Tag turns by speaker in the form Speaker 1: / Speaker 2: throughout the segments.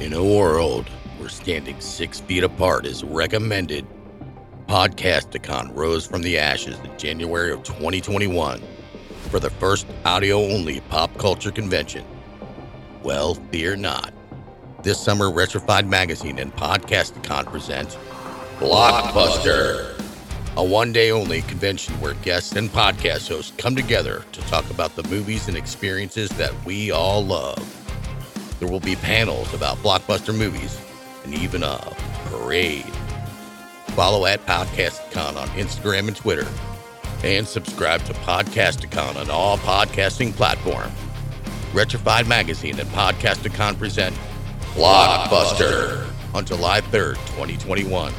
Speaker 1: In a world where standing six feet apart is recommended, Podcasticon rose from the ashes in January of 2021 for the first audio only pop culture convention. Well, fear not. This summer, Retrofied Magazine and Podcasticon presents Blockbuster, a one day only convention where guests and podcast hosts come together to talk about the movies and experiences that we all love. There will be panels about blockbuster movies and even a parade. Follow at PodcastCon on Instagram and Twitter, and subscribe to Podcasticon on all podcasting platforms. Retrofied Magazine and Podcasticon present Blockbuster on July 3rd, 2021.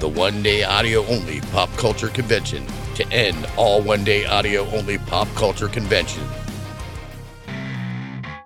Speaker 1: The one day audio only pop culture convention to end all one day audio only pop culture conventions.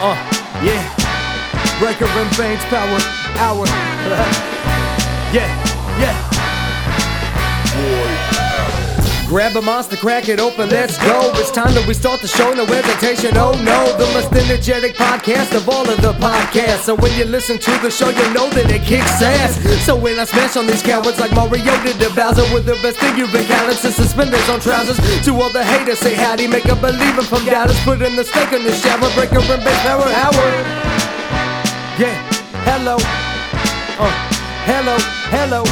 Speaker 2: Uh, yeah. Breaker and Bane's power hour. yeah, yeah. Grab a monster, crack it open, let's go. It's time that we start the show, no hesitation, oh no. The most energetic podcast of all of the podcasts. So when you listen to the show, you know that it kicks ass. So when I smash on these cowards like Mario did to Bowser, with the best thing you've been counting since suspenders on trousers. To all the haters, say howdy, make a believer from doubters. Put in the steak in the shower, break up and base power hour. Yeah, hello. Uh, hello, hello.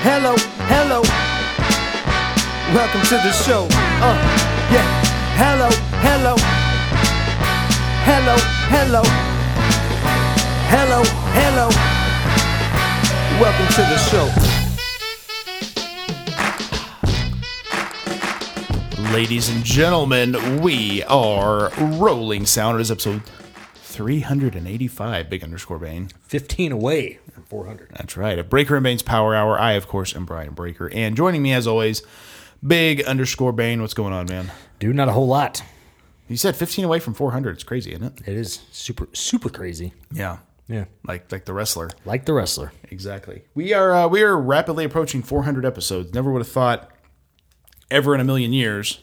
Speaker 2: Hello, hello. Welcome to the show. Uh, yeah. Hello, hello. Hello, hello. Hello, hello. Welcome to the show.
Speaker 3: Ladies and gentlemen, we are rolling sound. It is episode 385, big underscore Bane.
Speaker 4: 15 away from 400.
Speaker 3: That's right. At Breaker and Bane's Power Hour, I, of course, am Brian Breaker. And joining me, as always, big underscore Bane. What's going on, man?
Speaker 4: Dude, not a whole lot.
Speaker 3: You said 15 away from 400. It's crazy, isn't it?
Speaker 4: It is super, super crazy.
Speaker 3: Yeah.
Speaker 4: Yeah.
Speaker 3: Like, like the wrestler.
Speaker 4: Like the wrestler.
Speaker 3: Exactly. We are uh, we are rapidly approaching 400 episodes. Never would have thought ever in a million years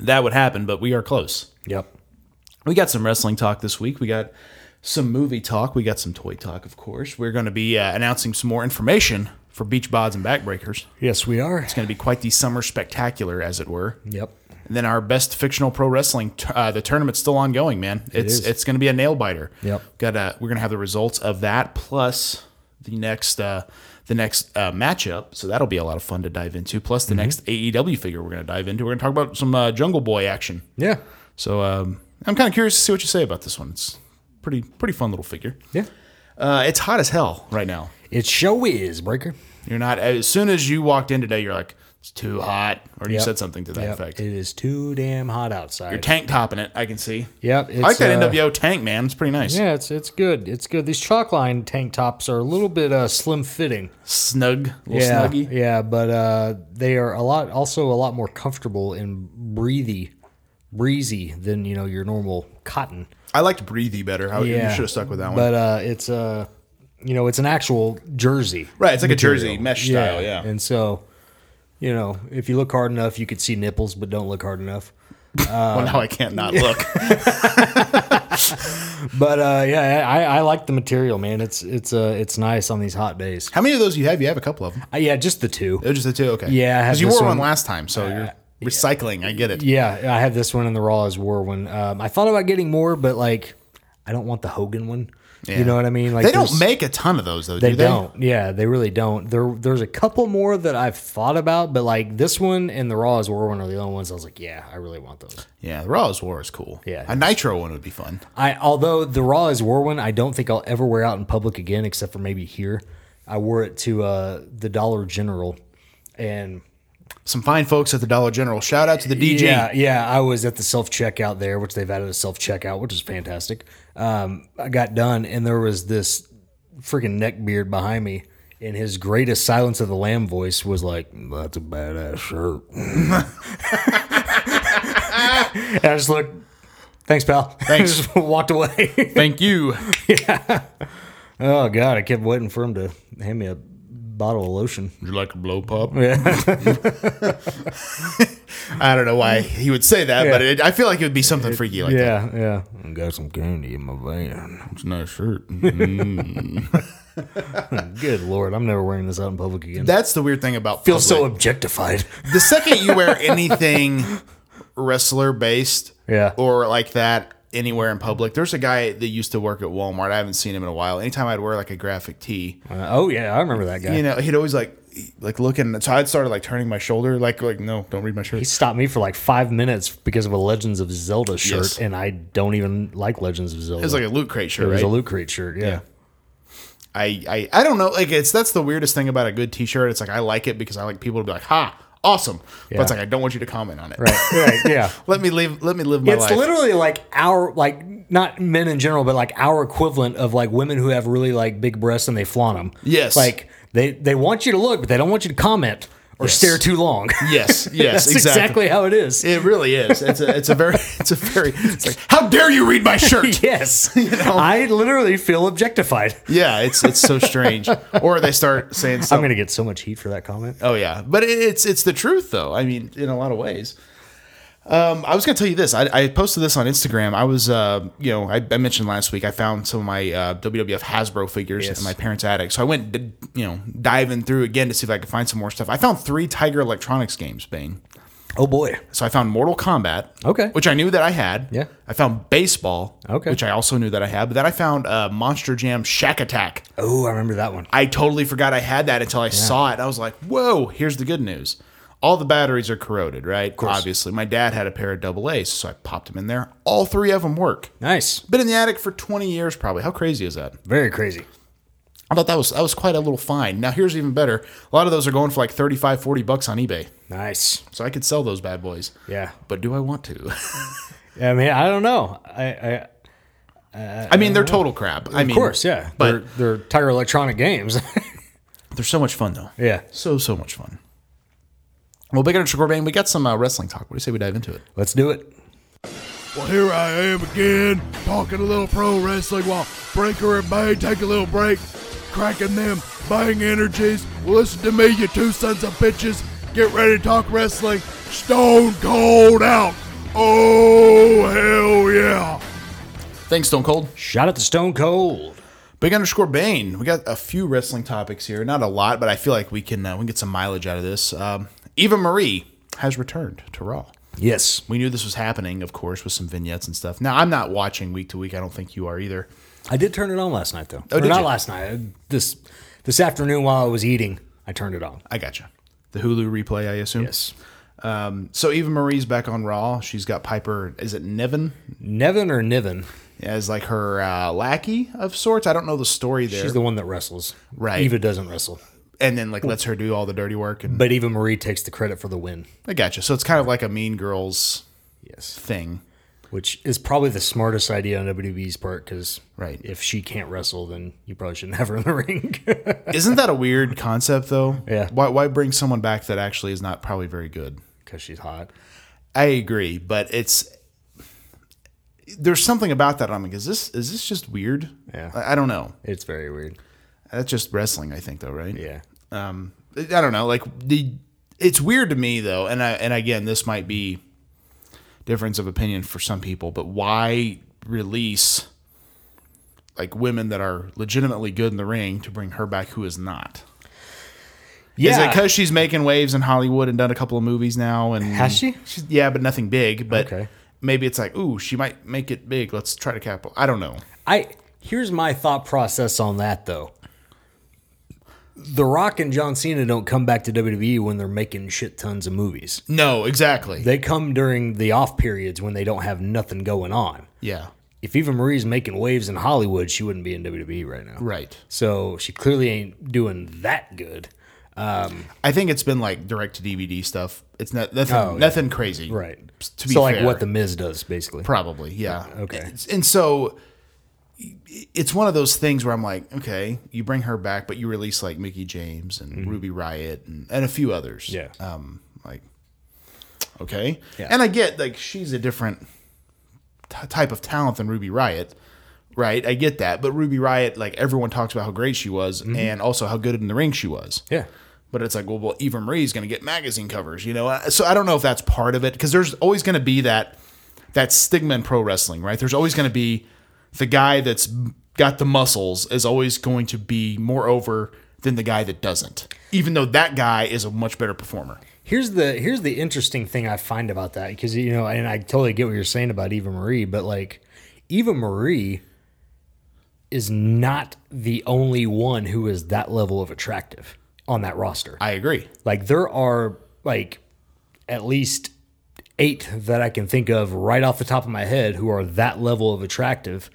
Speaker 3: that would happen, but we are close.
Speaker 4: Yep.
Speaker 3: We got some wrestling talk this week. We got some movie talk. We got some toy talk, of course. We're going to be uh, announcing some more information for Beach Bods and Backbreakers.
Speaker 4: Yes, we are.
Speaker 3: It's going to be quite the summer spectacular, as it were.
Speaker 4: Yep.
Speaker 3: And then our best fictional pro wrestling, t- uh, the tournament's still ongoing, man. It's
Speaker 4: is.
Speaker 3: it's going to be a nail biter.
Speaker 4: Yep.
Speaker 3: Got to we're going to have the results of that plus the next uh, the next uh, matchup. So that'll be a lot of fun to dive into. Plus the next AEW figure we're going to dive into. We're going to talk about some uh, Jungle Boy action.
Speaker 4: Yeah.
Speaker 3: So um, I'm kind of curious to see what you say about this one. It's pretty pretty fun little figure.
Speaker 4: Yeah.
Speaker 3: Uh, it's hot as hell right now.
Speaker 4: It show is, Breaker.
Speaker 3: You're not as soon as you walked in today. You're like it's too hot, or you
Speaker 4: Yep.
Speaker 3: said something to that
Speaker 4: Yep.
Speaker 3: effect.
Speaker 4: It is too damn hot outside.
Speaker 3: You're tank topping it. I can see.
Speaker 4: Yep,
Speaker 3: I like
Speaker 4: it's,
Speaker 3: that
Speaker 4: uh,
Speaker 3: NWO tank, man. It's pretty nice.
Speaker 4: yeah, it's it's good. It's good. These chalk line tank tops are a little bit uh, slim fitting.
Speaker 3: Snug, little
Speaker 4: yeah,
Speaker 3: snuggy.
Speaker 4: Yeah, but uh, they are a lot, also a lot more comfortable and breathy, breezy than you know your normal cotton.
Speaker 3: I liked breathy better. I,
Speaker 4: Yeah.
Speaker 3: You should have stuck with that one.
Speaker 4: But uh, it's uh, you know, it's an actual jersey,
Speaker 3: right, it's like a jersey mesh style. Yeah.
Speaker 4: And so, you know, if you look hard enough, you could see nipples, but don't look hard enough. uh,
Speaker 3: well, now I can't not look.
Speaker 4: But uh, yeah, I, I like the material, man. It's it's uh, it's nice on these hot days.
Speaker 3: How many of those you have? You have a couple of them.
Speaker 4: Uh, yeah, just the two.
Speaker 3: Oh, just the two. Okay.
Speaker 4: Yeah, I have
Speaker 3: Because you
Speaker 4: this
Speaker 3: wore one
Speaker 4: one. Uh,
Speaker 3: last time, so you're recycling. I get it.
Speaker 4: Yeah, I have this one in the Raw as Whirlwind. Um, I thought about getting more, but like, I don't want the Hogan one.
Speaker 3: Yeah.
Speaker 4: You know what I mean? Like
Speaker 3: they don't
Speaker 4: there's-
Speaker 3: make a ton of those though.
Speaker 4: They
Speaker 3: do
Speaker 4: don't. Yeah, they really don't. There, there's a couple more that I've thought about, but like this one and the Raw is Whirlwind are the only ones I was like, yeah, I really want those.
Speaker 3: Yeah, the Raw's War is cool.
Speaker 4: Yeah.
Speaker 3: a Nitro one would be fun.
Speaker 4: I although the Raw is Whirlwind, I don't think I'll ever wear out in public again, except for maybe here. I wore it to uh, the Dollar General, and
Speaker 3: some fine folks at the Dollar General. Shout out to the DJ.
Speaker 4: Yeah, yeah. I was at the self checkout there, which they've added a self checkout, which is fantastic. Um, I got done, and there was this freaking neckbeard behind me, and his greatest silence of the lamb voice was like, "That's a badass shirt." and I just looked. Thanks, pal.
Speaker 3: Thanks.
Speaker 4: just walked away.
Speaker 3: Thank you.
Speaker 4: oh God, I kept waiting for him to hand me a bottle of lotion.
Speaker 3: Would you like a blow pop? I don't know why he would say that, but it, I feel like it would be something freaky like that.
Speaker 4: Yeah, yeah. I got some candy in my van.
Speaker 3: It's a nice shirt.
Speaker 4: Good lord, I'm never wearing this out in public again.
Speaker 3: That's the weird thing about
Speaker 4: feel so
Speaker 3: public.
Speaker 4: objectified.
Speaker 3: the second you wear anything wrestler based,
Speaker 4: Yeah.
Speaker 3: or like that anywhere in public. There's a guy that used to work at Walmart. I haven't seen him in a while. Anytime I'd wear like a graphic tee,
Speaker 4: Uh, oh yeah, I remember that guy.
Speaker 3: you know, he'd always like like looking. So I'd started like turning my shoulder, like like no, don't read my shirt.
Speaker 4: he stopped me for like five minutes because of a Legends of Zelda shirt,
Speaker 3: Yes.
Speaker 4: and I don't even like Legends of Zelda.
Speaker 3: it was like a loot crate shirt,
Speaker 4: it was
Speaker 3: right?
Speaker 4: a Loot Crate shirt. Yeah.
Speaker 3: I, I I don't know. Like it's that's the weirdest thing about a good T-shirt. It's like I like it because I like people to be like, "Ha, awesome!" But it's
Speaker 4: Yeah.
Speaker 3: like I don't want you to comment on it.
Speaker 4: Right. Right. Yeah.
Speaker 3: let me live. Let me live my
Speaker 4: it's
Speaker 3: life.
Speaker 4: literally like our like not men in general, but like our equivalent of like women who have really like big breasts and they flaunt them.
Speaker 3: Yes.
Speaker 4: Like they they want you to look, but they don't want you to comment or
Speaker 3: Yes.
Speaker 4: stare too long.
Speaker 3: yes. Yes.
Speaker 4: That's exactly. how it is.
Speaker 3: It really is. It's a. It's a very. It's a very. It's like, how dare you read my shirt?
Speaker 4: yes. I literally feel objectified.
Speaker 3: yeah. It's it's so strange. Or they start saying
Speaker 4: I'm
Speaker 3: something.
Speaker 4: gonna get so much heat for that comment.
Speaker 3: Oh yeah, but it- it's it's the truth though. I mean, in a lot of ways. Um, I was gonna tell you this. I, I posted this on Instagram. I was, uh, you know, I, I mentioned last week. I found some of my uh, WWF Hasbro figures in my parents' attic, so I went, d- you know, diving through again to see if I could find some more stuff. I found three Tiger Electronics games, Bane.
Speaker 4: Oh boy.
Speaker 3: So I found Mortal Kombat,
Speaker 4: Okay.
Speaker 3: which I knew that I had.
Speaker 4: Yeah.
Speaker 3: I found baseball,
Speaker 4: Okay.
Speaker 3: which I also knew that I had. But then I found uh, Monster Jam Shack Attack.
Speaker 4: Oh, I remember that one.
Speaker 3: I totally forgot I had that until I saw it. I was like, whoa, here's the good news. All the batteries are corroded, right? Obviously. My dad had a pair of double A's, so I popped them in there. All three of them work.
Speaker 4: Nice.
Speaker 3: Been in the attic for 20 years, probably. How crazy is that?
Speaker 4: Very crazy.
Speaker 3: I thought that was that was quite a little find. Now here's even better. A lot of those are going for like 35, 40 bucks on eBay.
Speaker 4: Nice.
Speaker 3: So I could sell those bad boys.
Speaker 4: Yeah.
Speaker 3: But do I want to?
Speaker 4: I mean, I don't know. I, I
Speaker 3: I mean, they're total crap. I mean,
Speaker 4: of course, yeah.
Speaker 3: But
Speaker 4: they're, they're Tiger Electronic games.
Speaker 3: they're so much fun though.
Speaker 4: yeah.
Speaker 3: So so much fun. Well, big Undertaker Corbin, we got some uh, wrestling talk. What do you say we dive into it?
Speaker 4: Let's do it.
Speaker 5: Well, here I am again, talking a little pro wrestling while Breaker and Bay take a little break, cracking them bang energies. Well, listen to me, you two sons of bitches. Get ready to talk wrestling. Stone cold out. Oh, hell yeah.
Speaker 3: Thanks, Stone Cold.
Speaker 4: Shot at the Stone Cold.
Speaker 3: Big underscore Bane. We got a few wrestling topics here. Not a lot, but I feel like we can uh, we can get some mileage out of this. Um, Eva Marie has returned to Raw.
Speaker 4: Yes.
Speaker 3: We knew this was happening, of course, with some vignettes and stuff. Now I'm not watching week to week. I don't think you are either.
Speaker 4: I did turn it on last night, though. Or
Speaker 3: Oh, did
Speaker 4: not
Speaker 3: you?
Speaker 4: last night. uh, This this afternoon while I was eating, I turned it on.
Speaker 3: I gotcha. The Hulu replay, I assume. Um, so Eva Marie's back on Raw. She's got Piper. Is it Nevin
Speaker 4: Nevin or Niven?
Speaker 3: as like her uh, lackey of sorts? I don't know the story there.
Speaker 4: She's the one that wrestles.
Speaker 3: Right.
Speaker 4: Eva doesn't wrestle.
Speaker 3: and then like lets her do all the dirty work. And
Speaker 4: But Eva Marie takes the credit for the win,
Speaker 3: I gotcha. So it's kind of like a Mean Girls thing.
Speaker 4: which is probably the smartest idea on WWE's part because
Speaker 3: Right.
Speaker 4: if she can't wrestle, then you probably shouldn't have her in the ring.
Speaker 3: Isn't that a weird concept though?
Speaker 4: Yeah.
Speaker 3: Why, why bring someone back that actually is not probably very good?
Speaker 4: Because she's hot.
Speaker 3: I agree, but it's there's something about that. I'm like, is this is this just weird?
Speaker 4: Yeah.
Speaker 3: I, I don't know.
Speaker 4: It's very weird.
Speaker 3: That's just wrestling, I think, though, right?
Speaker 4: Yeah.
Speaker 3: Um, I don't know. Like the it's weird to me though, and I and again, this might be difference of opinion for some people, but why release like women that are legitimately good in the ring to bring her back who is not? Is it because she's making waves in Hollywood and done a couple of movies now? And
Speaker 4: Has she?
Speaker 3: She's, yeah, but nothing big. But
Speaker 4: Okay.
Speaker 3: maybe it's like, ooh, she might make it big. Let's try to cap. I don't know.
Speaker 4: I here's my thought process on that though. The Rock and John Cena don't come back to WWE when they're making shit tons of movies.
Speaker 3: No, exactly.
Speaker 4: They come during the off periods when they don't have nothing going on.
Speaker 3: yeah,
Speaker 4: If Eva Marie's making waves in Hollywood, she wouldn't be in WWE right E now.
Speaker 3: right.
Speaker 4: So she clearly ain't doing that good.
Speaker 3: I think it's been like direct to DVD stuff. It's not nothing,
Speaker 4: Oh, yeah.
Speaker 3: nothing crazy,
Speaker 4: Right.
Speaker 3: To be
Speaker 4: so like
Speaker 3: fair.
Speaker 4: what the Miz does basically.
Speaker 3: Probably, yeah.
Speaker 4: Okay.
Speaker 3: It's- And so it's one of those things where I'm like, okay, you bring her back, but you release like Mickey James and Ruby Riot and, and a few others.
Speaker 4: Mm-hmm. Yeah.
Speaker 3: Um, like, okay. And I get like she's a different t- type of talent than Ruby Riot, right? I get that. But Ruby Riot, like everyone talks about how great she was and also how good in the ring she was.
Speaker 4: Mm-hmm. Yeah.
Speaker 3: But it's like, well, well Eva Marie's going to get magazine covers, you know. I- So I don't know if that's part of it because there's always going to be that that stigma in pro wrestling, right? There's always going to be the guy that's got the muscles is always going to be more over than the guy that doesn't, even though that guy is a much better performer.
Speaker 4: Here's the here's the interesting thing I find about that because you know, and I totally get what you're saying about Eva Marie, but like Eva Marie is not the only one who is that level of attractive on that roster.
Speaker 3: I agree.
Speaker 4: Like there are like at least eight that I can think of right off the top of my head who are that level of attractive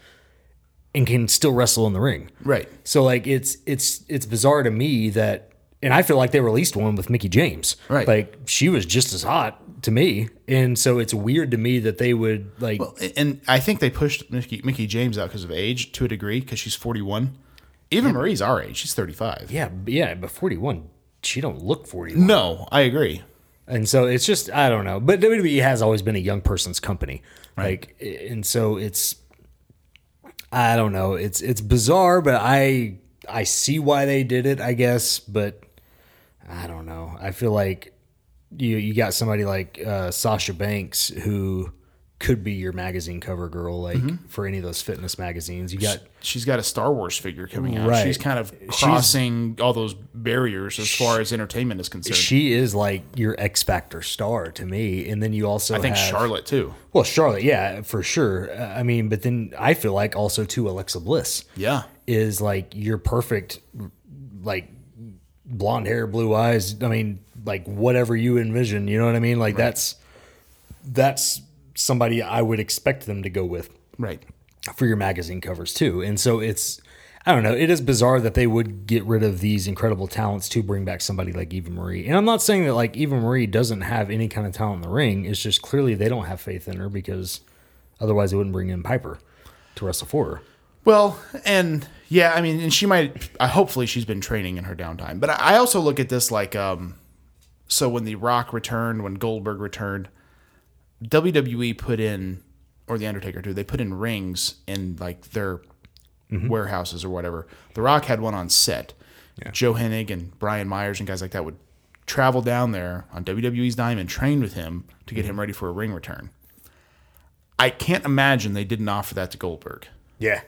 Speaker 4: and can still wrestle in the ring.
Speaker 3: Right.
Speaker 4: So like it's it's it's bizarre to me that and I feel like they released one with Mickey James.
Speaker 3: Right.
Speaker 4: Like she was just as hot to me. And so it's weird to me that they would like
Speaker 3: Well, and I think they pushed Mickey, Mickey James out because of age to a degree because she's 41. Eva Marie's our age. She's 35.
Speaker 4: yeah, b- yeah, but 41 she don't look 41.
Speaker 3: No, I agree.
Speaker 4: And so it's just I don't know, but WWE has always been a young person's company, like, and so it's I don't know, it's it's bizarre, but I I see why they did it, I guess, but I don't know. I feel like you you got somebody like uh, Sasha Banks who could be your magazine cover girl, like
Speaker 3: Mm-hmm.
Speaker 4: for any of those fitness magazines. You got
Speaker 3: she's got a Star Wars figure coming out.
Speaker 4: Right.
Speaker 3: She's kind of crossing all those barriers as far as entertainment is concerned.
Speaker 4: she is like your X Factor star to me, and then you also
Speaker 3: I think
Speaker 4: have,
Speaker 3: Charlotte too.
Speaker 4: Well, Charlotte, yeah, for sure. Uh, I mean, but then I feel like also too Alexa Bliss
Speaker 3: Yeah.
Speaker 4: is like your perfect, like blonde hair, blue eyes. I mean, like whatever you envision. You know what I mean? Like that's that's somebody I would expect them to go with
Speaker 3: Right.
Speaker 4: for your magazine covers too. And so it's I don't know, it is bizarre that they would get rid of these incredible talents to bring back somebody like Eva Marie. And I'm not saying that like Eva Marie doesn't have any kind of talent in the ring. It's just clearly they don't have faith in her because otherwise they wouldn't bring in Piper to wrestle for her.
Speaker 3: Well, and yeah, I mean, and she might. I hopefully she's been training in her downtime. But I I also look at this like, um, so when The Rock returned, when Goldberg returned, WWE put in, or The Undertaker too, they put in rings in like their warehouses or whatever. The Rock had one on set. Joe Hennig and Brian Myers and guys like that would travel down there on WWE's dime and train with him to get him ready for a ring return. I can't imagine they didn't offer that to Goldberg
Speaker 4: Yeah.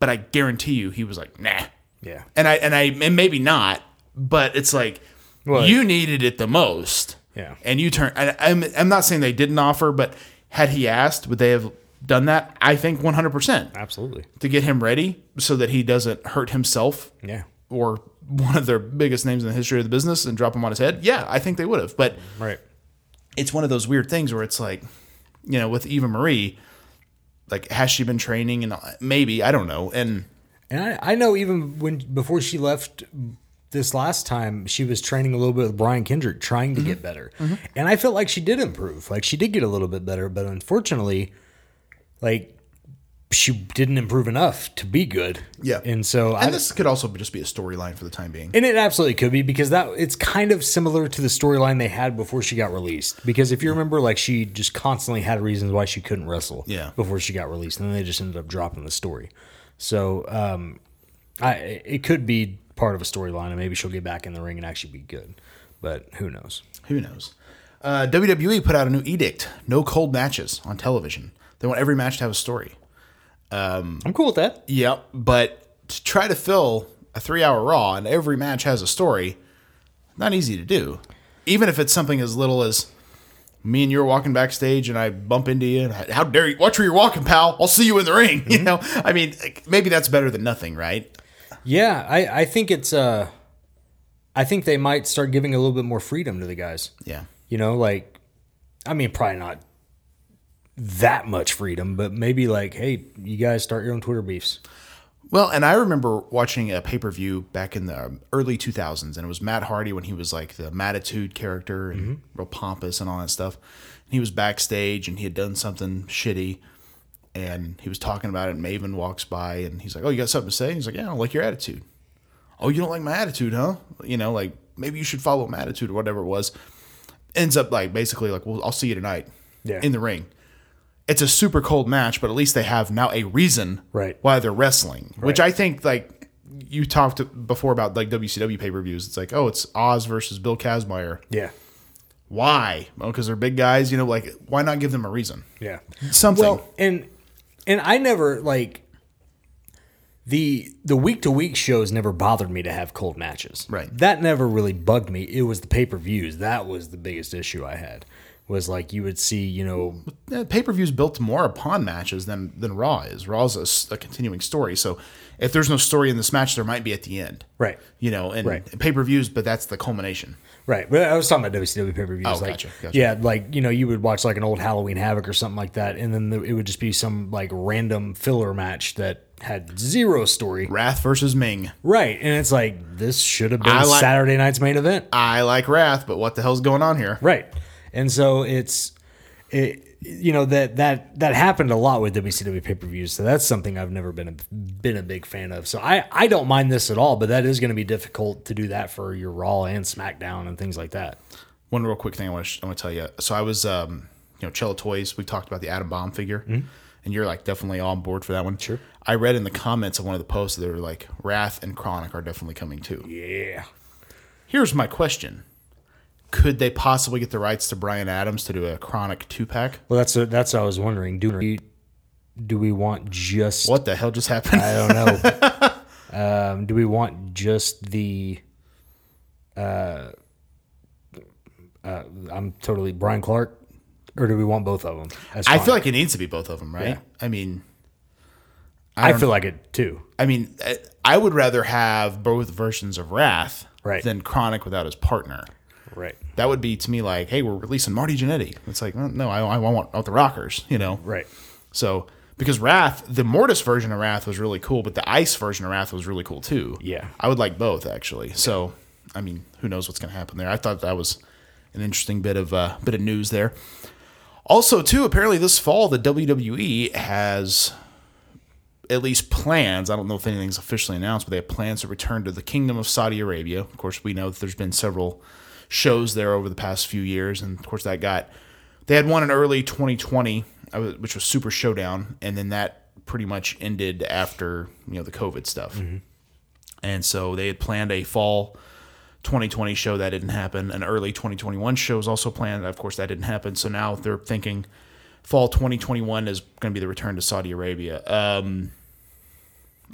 Speaker 3: but I guarantee you he was like, nah.
Speaker 4: Yeah.
Speaker 3: And I and I and maybe not, but it's like
Speaker 4: Well,
Speaker 3: you needed it the most.
Speaker 4: Yeah.
Speaker 3: And you turn and I'm I'm not saying they didn't offer, but had he asked, would they have done that? I think one hundred percent
Speaker 4: Absolutely.
Speaker 3: to get him ready so that he doesn't hurt himself
Speaker 4: Yeah.
Speaker 3: or one of their biggest names in the history of the business and drop him on his head. Yeah, I think they would have. But
Speaker 4: Right.
Speaker 3: it's one of those weird things where it's like, you know, with Eva Marie, like has she been training and maybe, I don't know. And
Speaker 4: And I, I know even when before she left this last time, she was training a little bit with Brian Kendrick, trying to
Speaker 3: Mm-hmm.
Speaker 4: get better. And I felt like she did improve. Like she did get a little bit better, but unfortunately, like she didn't improve enough to be good.
Speaker 3: Yeah.
Speaker 4: And so I
Speaker 3: And this could also be- just be a storyline for the time being.
Speaker 4: and it absolutely could be because that it's kind of similar to the storyline they had before she got released. Because if you remember, like she just constantly had reasons why she couldn't wrestle
Speaker 3: Yeah.
Speaker 4: before she got released, and then they just ended up dropping the story. So um, I it could be part of a storyline, and maybe she'll get back in the ring and actually be good. But who knows?
Speaker 3: Who knows? Uh, WWE put out a new edict: no cold matches on television. They want every match to have a story.
Speaker 4: I'm cool with that.
Speaker 3: Yep. But to try to fill a three-hour Raw and every match has a story, not easy to do. Even if it's something as little as me and you're walking backstage and I bump into you and I, how dare you? Watch where you're walking, pal. I'll see you in the ring. You know, I mean, like, maybe that's better than nothing, right?
Speaker 4: Yeah, I I think it's uh, I think they might start giving a little bit more freedom to the guys.
Speaker 3: Yeah.
Speaker 4: You know, like, I mean, probably not that much freedom, but maybe like, hey, you guys start your own Twitter beefs.
Speaker 3: Well, and I remember watching a pay per view back in the early 2000s, and it was Matt Hardy when he was like the Matitude character and real pompous and all that stuff. And he was backstage and he had done something shitty, and he was talking about it. And Maven walks by and he's like, Oh, you got something to say? he's like, Yeah, I don't like your attitude. Oh, you don't like my attitude, huh? You know, like maybe you should follow my attitude or whatever it was. Ends up like basically like, Well, I'll see you tonight
Speaker 4: Yeah.
Speaker 3: in the ring it's a super cold match, but at least they have now a reason
Speaker 4: Right.
Speaker 3: why they're wrestling. Which I think like you talked before about like WCW pay per views. It's like, oh, it's Oz versus Bill Kazmaier.
Speaker 4: Yeah.
Speaker 3: Why? Well, because they're big guys, you know, like why not give them a reason?
Speaker 4: Yeah.
Speaker 3: Something.
Speaker 4: Well, and and I never like the the week to week shows never bothered me to have cold matches.
Speaker 3: Right.
Speaker 4: That never really bugged me. It was the pay per views that was the biggest issue I had. Was like you would see, you know,
Speaker 3: pay per views built more upon matches than than Raw is. Raw's a s- a, continuing story. So if there's no story in this match, there might be at the end.
Speaker 4: right,
Speaker 3: You know, and
Speaker 4: Right.
Speaker 3: pay per views, but that's the culmination.
Speaker 4: right. But I was talking about WCW pay per views.
Speaker 3: Oh,
Speaker 4: like,
Speaker 3: gotcha, gotcha.
Speaker 4: yeah, like you know, you would watch like an old Halloween Havoc or something like that, and then the, it would just be some like random filler match that had zero story.
Speaker 3: Wrath versus Ming.
Speaker 4: Right, and it's like this should have been
Speaker 3: I like-
Speaker 4: Saturday night's main event.
Speaker 3: I like Wrath, but what the hell's going on here?
Speaker 4: Right. And so it's it you know that that that happened a lot with WCW pay-per-views. So that's something I've never been a, been a big fan of. So I I don't mind this at all, but that is going to be difficult to do that for your Raw and SmackDown and things like that.
Speaker 3: one real quick thing I want to I want to tell you. So I was, um, you know, Cello Toys. We talked about the Atom Bomb figure,
Speaker 4: Mm-hmm.
Speaker 3: and you're like definitely on board for that one. Sure. I read in the comments of one of the posts they were like, "Wrath and Chronic are definitely coming too."
Speaker 4: Yeah.
Speaker 3: Here's my question: Could they possibly get the rights to Brian Adams to do a Chronic two pack?
Speaker 4: Well, that's what, that's what I was wondering. Do we do we want just
Speaker 3: What the hell just happened?
Speaker 4: I don't know. um, do we want just the uh, uh, I'm totally Brian Clark or do we want both of them? as
Speaker 3: I
Speaker 4: Chronic?
Speaker 3: feel like it needs to be both of them, right? I mean,
Speaker 4: I, feel like it too.
Speaker 3: I mean, I- I would rather have both versions of Wrath
Speaker 4: Right.
Speaker 3: than Chronic without his partner.
Speaker 4: Right.
Speaker 3: that would be to me like, hey, we're releasing Marty Jannetty. It's like, well, no, I, I want I want the Rockers, you know.
Speaker 4: Right.
Speaker 3: So because Wrath, the Mortis version of Wrath was really cool, but the Ice version of Wrath was really cool too.
Speaker 4: Yeah.
Speaker 3: I would like both actually. So I mean, who knows what's going to happen there? I thought that was an interesting bit of uh, bit of news there. Also, too, apparently this fall the WWE has at least plans. I don't know if anything's officially announced, but they have plans to return to the Kingdom of Saudi Arabia. Of course, we know that there's been several shows there over the past few years, and of course that got they had one in early 2020, uh, which was Super Showdown, and then that pretty much ended after you know the COVID stuff. And so they had planned a fall 2020 show that didn't happen. An early 2021 show was also planned. Of course, that didn't happen. So now they're thinking fall 2021 is going to be the return to Saudi Arabia. Um,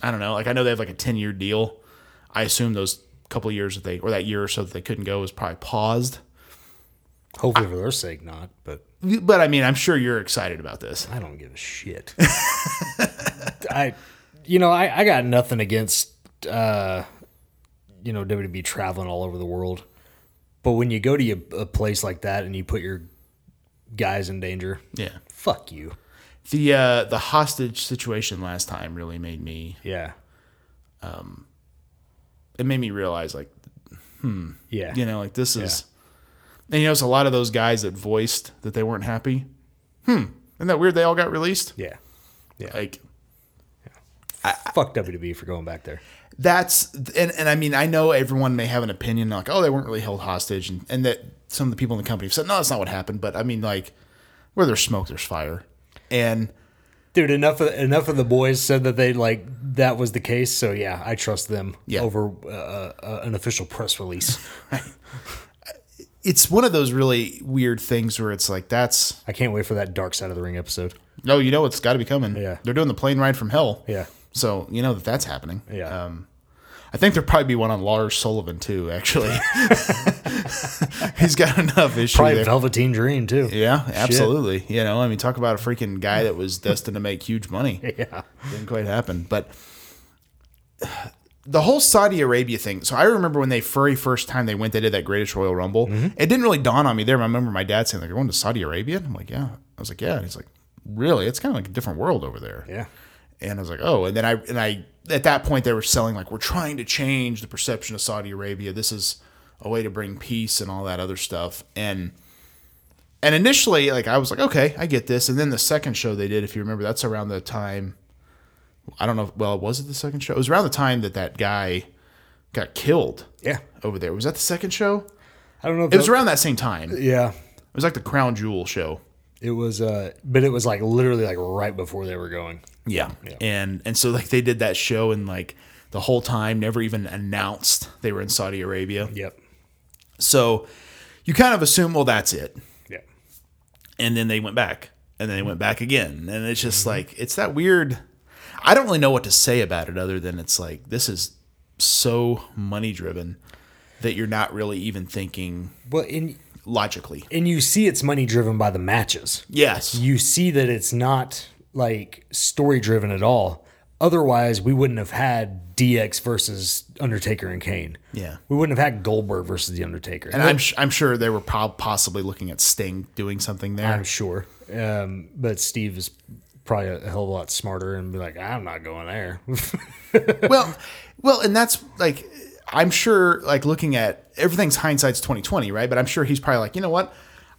Speaker 3: I don't know. Like I know they have like a 10 year deal. I assume those couple of years that they or that year or so that they couldn't go was probably paused.
Speaker 4: Hopefully for their sake, not. But
Speaker 3: But I mean, I'm sure you're excited about this.
Speaker 4: I don't give a shit. I, you know, I, I got nothing against, uh, you know, WWE traveling all over the world, but when you go to a, a place like that and you put your guys in danger,
Speaker 3: Yeah.
Speaker 4: fuck you.
Speaker 3: The uh the hostage situation last time really made me
Speaker 4: Yeah.
Speaker 3: it made me realize like
Speaker 4: Yeah.
Speaker 3: You know, like this is, and you know, it's a lot of those guys that voiced that they weren't happy. Hmm. Isn't that weird? They all got released.
Speaker 4: yeah.
Speaker 3: Like
Speaker 4: fuck WWE for going back there.
Speaker 3: that's, and, and I mean, I know everyone may have an opinion like, oh, they weren't really held hostage. And, and that some of the people in the company have said, no, that's not what happened. But I mean, like where there's smoke, there's fire. And
Speaker 4: Dude, enough of, enough of the boys said that they like that was the case. So yeah, I trust them
Speaker 3: Yeah.
Speaker 4: over uh, uh, an official press release.
Speaker 3: it's one of those really weird things where it's like, that's,
Speaker 4: I can't wait for that Dark Side of the Ring episode.
Speaker 3: no, Oh, you know, it's got to be coming.
Speaker 4: Yeah.
Speaker 3: They're doing the plane ride from hell.
Speaker 4: Yeah.
Speaker 3: So you know that that's happening.
Speaker 4: Yeah.
Speaker 3: Um, I think there'll probably be one on Lars Sullivan too. Actually, he's got enough issue
Speaker 4: Probably
Speaker 3: there.
Speaker 4: Velveteen Dream too.
Speaker 3: yeah, absolutely. You know, I mean, talk about a freaking guy that was destined to make huge money.
Speaker 4: Yeah.
Speaker 3: Didn't quite happen, but the whole Saudi Arabia thing. So I remember when they very first time they went, they did that Greatest Royal Rumble. It didn't really dawn on me there. but I remember my dad saying like, "You're going to Saudi Arabia?" And I'm like, "Yeah." I was like, "Yeah." And he's like, "Really? It's kind of like a different world over there."
Speaker 4: Yeah.
Speaker 3: And I was like, oh, and then I and I at that point they were selling like we're trying to change the perception of Saudi Arabia. This is a way to bring peace and all that other stuff. And and initially like I was like, okay, I get this. And then the second show they did, if you remember, that's around the time I don't know. if- Well, was it the second show? It was around the time that that guy got killed
Speaker 4: Yeah.
Speaker 3: over there. Was that the second show?
Speaker 4: I don't know. If
Speaker 3: It was
Speaker 4: that-
Speaker 3: around that same time. It
Speaker 4: Yeah.
Speaker 3: was like the crown jewel show.
Speaker 4: It was, uh, but it was like literally like right before they were going.
Speaker 3: Yeah. And and so like they did that show and like the whole time never even announced they were in Saudi Arabia.
Speaker 4: Yep.
Speaker 3: So you kind of assume, well, that's it.
Speaker 4: Yeah.
Speaker 3: And then they went back. And then they went back again. And it's just like it's that weird I don't really know what to say about it other than it's like this is so money driven that you're not really even thinking
Speaker 4: Well, and
Speaker 3: logically.
Speaker 4: and you see it's money driven by the matches.
Speaker 3: Yes.
Speaker 4: You see that it's not like story driven at all. Otherwise, we wouldn't have had DX versus Undertaker and Kane.
Speaker 3: Yeah.
Speaker 4: We wouldn't have had Goldberg versus the Undertaker.
Speaker 3: And I'm, sh- I'm sure they were prob- possibly looking at Sting doing something there.
Speaker 4: I'm sure. Um, but Steve is probably a hell of a lot smarter and be like, I'm not going there.
Speaker 3: well, well, and that's like I'm sure like looking at everything's hindsight's 2020, right? But I'm sure he's probably like, you know what?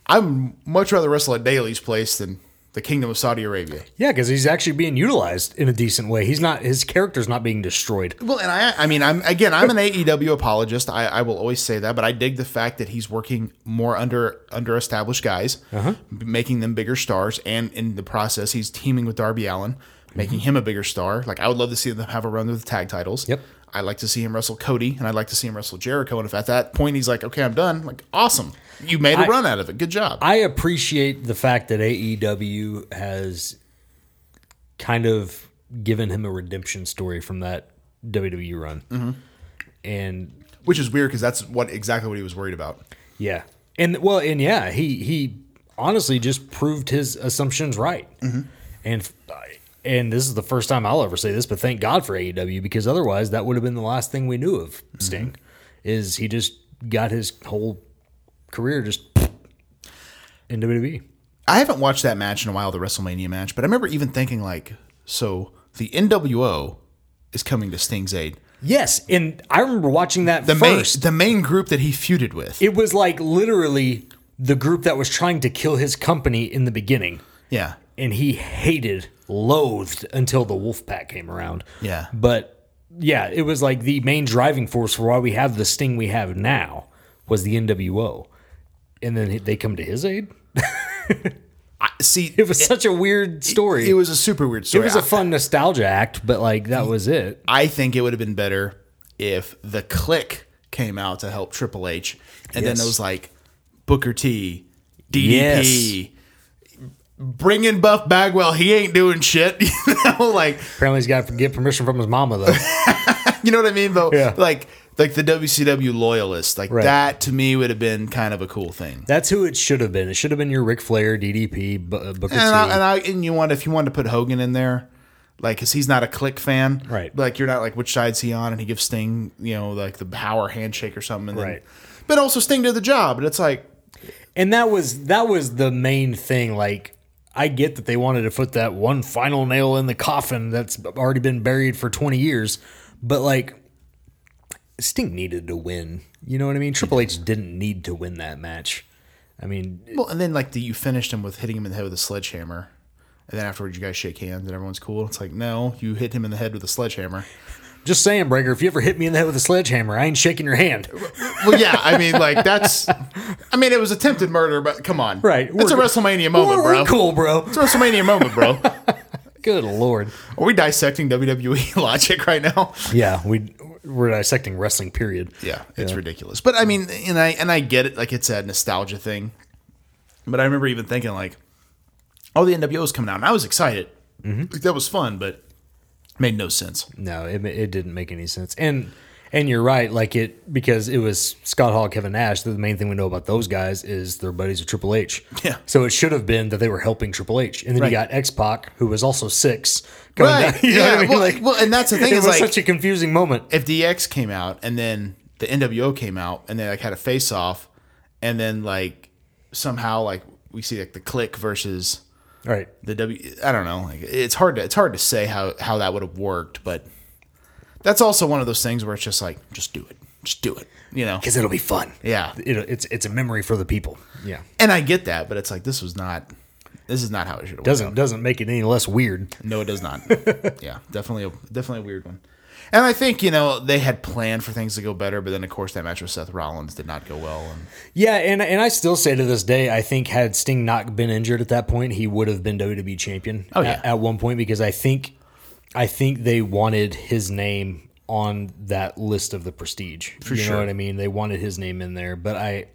Speaker 3: I'm much rather wrestle at Daly's place than the Kingdom of Saudi Arabia.
Speaker 4: yeah, because he's actually being utilized in a decent way. He's not his character's not being destroyed.
Speaker 3: Well, and I, I mean, I'm again, I'm an AEW apologist. I, I will always say that, but I dig the fact that he's working more under under established guys,
Speaker 4: Uh-huh.
Speaker 3: b- making them bigger stars, and in the process, he's teaming with Darby Allen, making him a bigger star. Like I would love to see them have a run with the tag titles.
Speaker 4: Yep.
Speaker 3: I'd like to see him wrestle Cody, and I'd like to see him wrestle Jericho. And if at that point he's like, "Okay, I'm done," like, awesome, you made a run out of it. Good job.
Speaker 4: I appreciate the fact that AEW has kind of given him a redemption story from that WWE run. And
Speaker 3: Which is weird because that's what exactly what he was worried about.
Speaker 4: Yeah, and well, and yeah, he he honestly just proved his assumptions right, and uh, and this is the first time I'll ever say this, but thank God for AEW because otherwise that would have been the last thing we knew of Sting, is he just got his whole career just in E. WWE.
Speaker 3: I haven't watched that match in a while, the WrestleMania match, but I remember even thinking like, so the NWO is coming to Sting's aid.
Speaker 4: Yes, and I remember watching that
Speaker 3: The
Speaker 4: first.
Speaker 3: main the main group that he feuded with.
Speaker 4: it was like literally the group that was trying to kill his company in the beginning.
Speaker 3: yeah.
Speaker 4: and he hated, loathed until the Wolfpack came around.
Speaker 3: Yeah.
Speaker 4: But yeah, it was like the main driving force for why we have the sting we have now was the NWO. And then they come to his aid.
Speaker 3: See,
Speaker 4: It was such a weird story.
Speaker 3: it was a super weird
Speaker 4: it
Speaker 3: story.
Speaker 4: was a fun nostalgia act, but like that was it.
Speaker 3: I, I think it would have been better if the click came out to help Triple H and then it was like Booker T, DDP. Bring in Buff Bagwell, he ain't doing shit. You know, like
Speaker 4: Apparently, he's got to get permission from his mama though.
Speaker 3: You know what I mean? But
Speaker 4: Yeah.
Speaker 3: like like the WCW loyalist, like
Speaker 4: Right.
Speaker 3: that to me would have been kind of a cool thing.
Speaker 4: That's who it should have been. It should have been your Ric Flair, DDP, Bu- uh, Booker T.
Speaker 3: And I, and I and you want if you wanted to put Hogan in there, like because he's not a click fan,
Speaker 4: Right.
Speaker 3: Like you're not like which side's he on, and he gives Sting, you know, like the power handshake or something, and then-
Speaker 4: Right.
Speaker 3: But also Sting did the job, and it's like
Speaker 4: and that was that was the main thing like i get that they wanted to put that one final nail in the coffin that's already been buried for 20 years but like sting needed to win you know what i mean triple h didn't need to win that match i mean
Speaker 3: well, and then like the, you finished him with hitting him in the head with a sledgehammer. And then afterwards, you guys shake hands and everyone's cool. It's like, no, you hit him in the head with a sledgehammer.
Speaker 4: just saying breaker if you ever hit me in the head with a sledgehammer i ain't shaking your hand
Speaker 3: Well, yeah, I mean, like that's, I mean, it was attempted murder, but come on,
Speaker 4: Right,
Speaker 3: It's a
Speaker 4: we're-
Speaker 3: WrestleMania moment,
Speaker 4: We're-
Speaker 3: bro.
Speaker 4: we're cool bro
Speaker 3: It's a WrestleMania moment, bro.
Speaker 4: good lord
Speaker 3: Are we dissecting WWE logic right now?
Speaker 4: yeah we we're dissecting wrestling period
Speaker 3: Yeah, it's ridiculous. But I mean, and I and I get it. Like it's a nostalgia thing. But I remember even thinking like, oh, the NWO is coming out, and I was excited.
Speaker 4: Mm-hmm.
Speaker 3: Like, that was fun, but made no sense.
Speaker 4: No, it, ma- it didn't make any sense. And and you're right, like it because it was Scott Hall, Kevin Nash. The main thing we know about those guys is they're buddies with Triple H.
Speaker 3: Yeah.
Speaker 4: So it should have been that they were helping Triple H, and then you got X Pac, who was also six. Coming
Speaker 3: Right?
Speaker 4: down- you know
Speaker 3: yeah.
Speaker 4: what I mean?
Speaker 3: well,
Speaker 4: Like,
Speaker 3: well, and that's the
Speaker 4: it
Speaker 3: thing
Speaker 4: was
Speaker 3: is like
Speaker 4: such a confusing moment.
Speaker 3: if DX came out and then the NWO came out and they like had a face off and then like somehow like we see like the click versus
Speaker 4: All right.
Speaker 3: the W I don't know like it's hard to it's hard to say how how that would have worked but That's also one of those things where it's just like, just do it, just do it. You know?
Speaker 4: because it'll be fun.
Speaker 3: Yeah.
Speaker 4: It, it's it's a memory for the people. Yeah,
Speaker 3: And I get that, but it's like this was not. This is not how it should have.
Speaker 4: doesn't doesn't make it any less weird.
Speaker 3: No, it does not. yeah, definitely a definitely a weird one. And I think you know they had planned for things to go better, but then of course that match with Seth Rollins did not go well. And
Speaker 4: Yeah, and and I still say to this day, I think had Sting not been injured at that point, he would have been WWE champion.
Speaker 3: Oh, yeah.
Speaker 4: at, at one point because I think I think they wanted his name on that list of the prestige. For you
Speaker 3: sure.
Speaker 4: know what I mean? They wanted his name in there, but I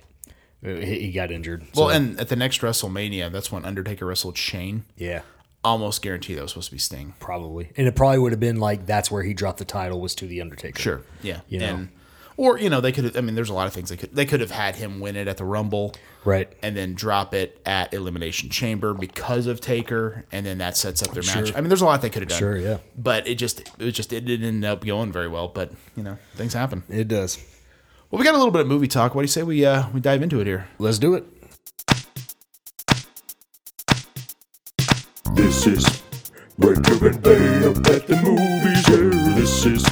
Speaker 4: he he got injured. So,
Speaker 3: well, and at the next WrestleMania, that's when Undertaker wrestled Shane.
Speaker 4: yeah,
Speaker 3: Almost guarantee that was supposed to be Sting.
Speaker 4: probably, and it probably would have been like that's where he dropped the title was to the Undertaker.
Speaker 3: Sure. Yeah.
Speaker 4: You know.
Speaker 3: And, or you know they could. have I mean, there's a lot of things they could. They could have had him win it at the Rumble,
Speaker 4: right.
Speaker 3: and then drop it at Elimination Chamber because of Taker, and then that sets up their match. I mean, there's a lot they could have done.
Speaker 4: Sure, yeah.
Speaker 3: But it just, it just, it didn't end up going very well. But you know, things happen.
Speaker 4: It does.
Speaker 3: Well, we got a little bit of movie talk. What do you say we uh we dive into it here?
Speaker 4: Let's do it.
Speaker 6: This is Breaker and Bane up at the movies. Yeah, this is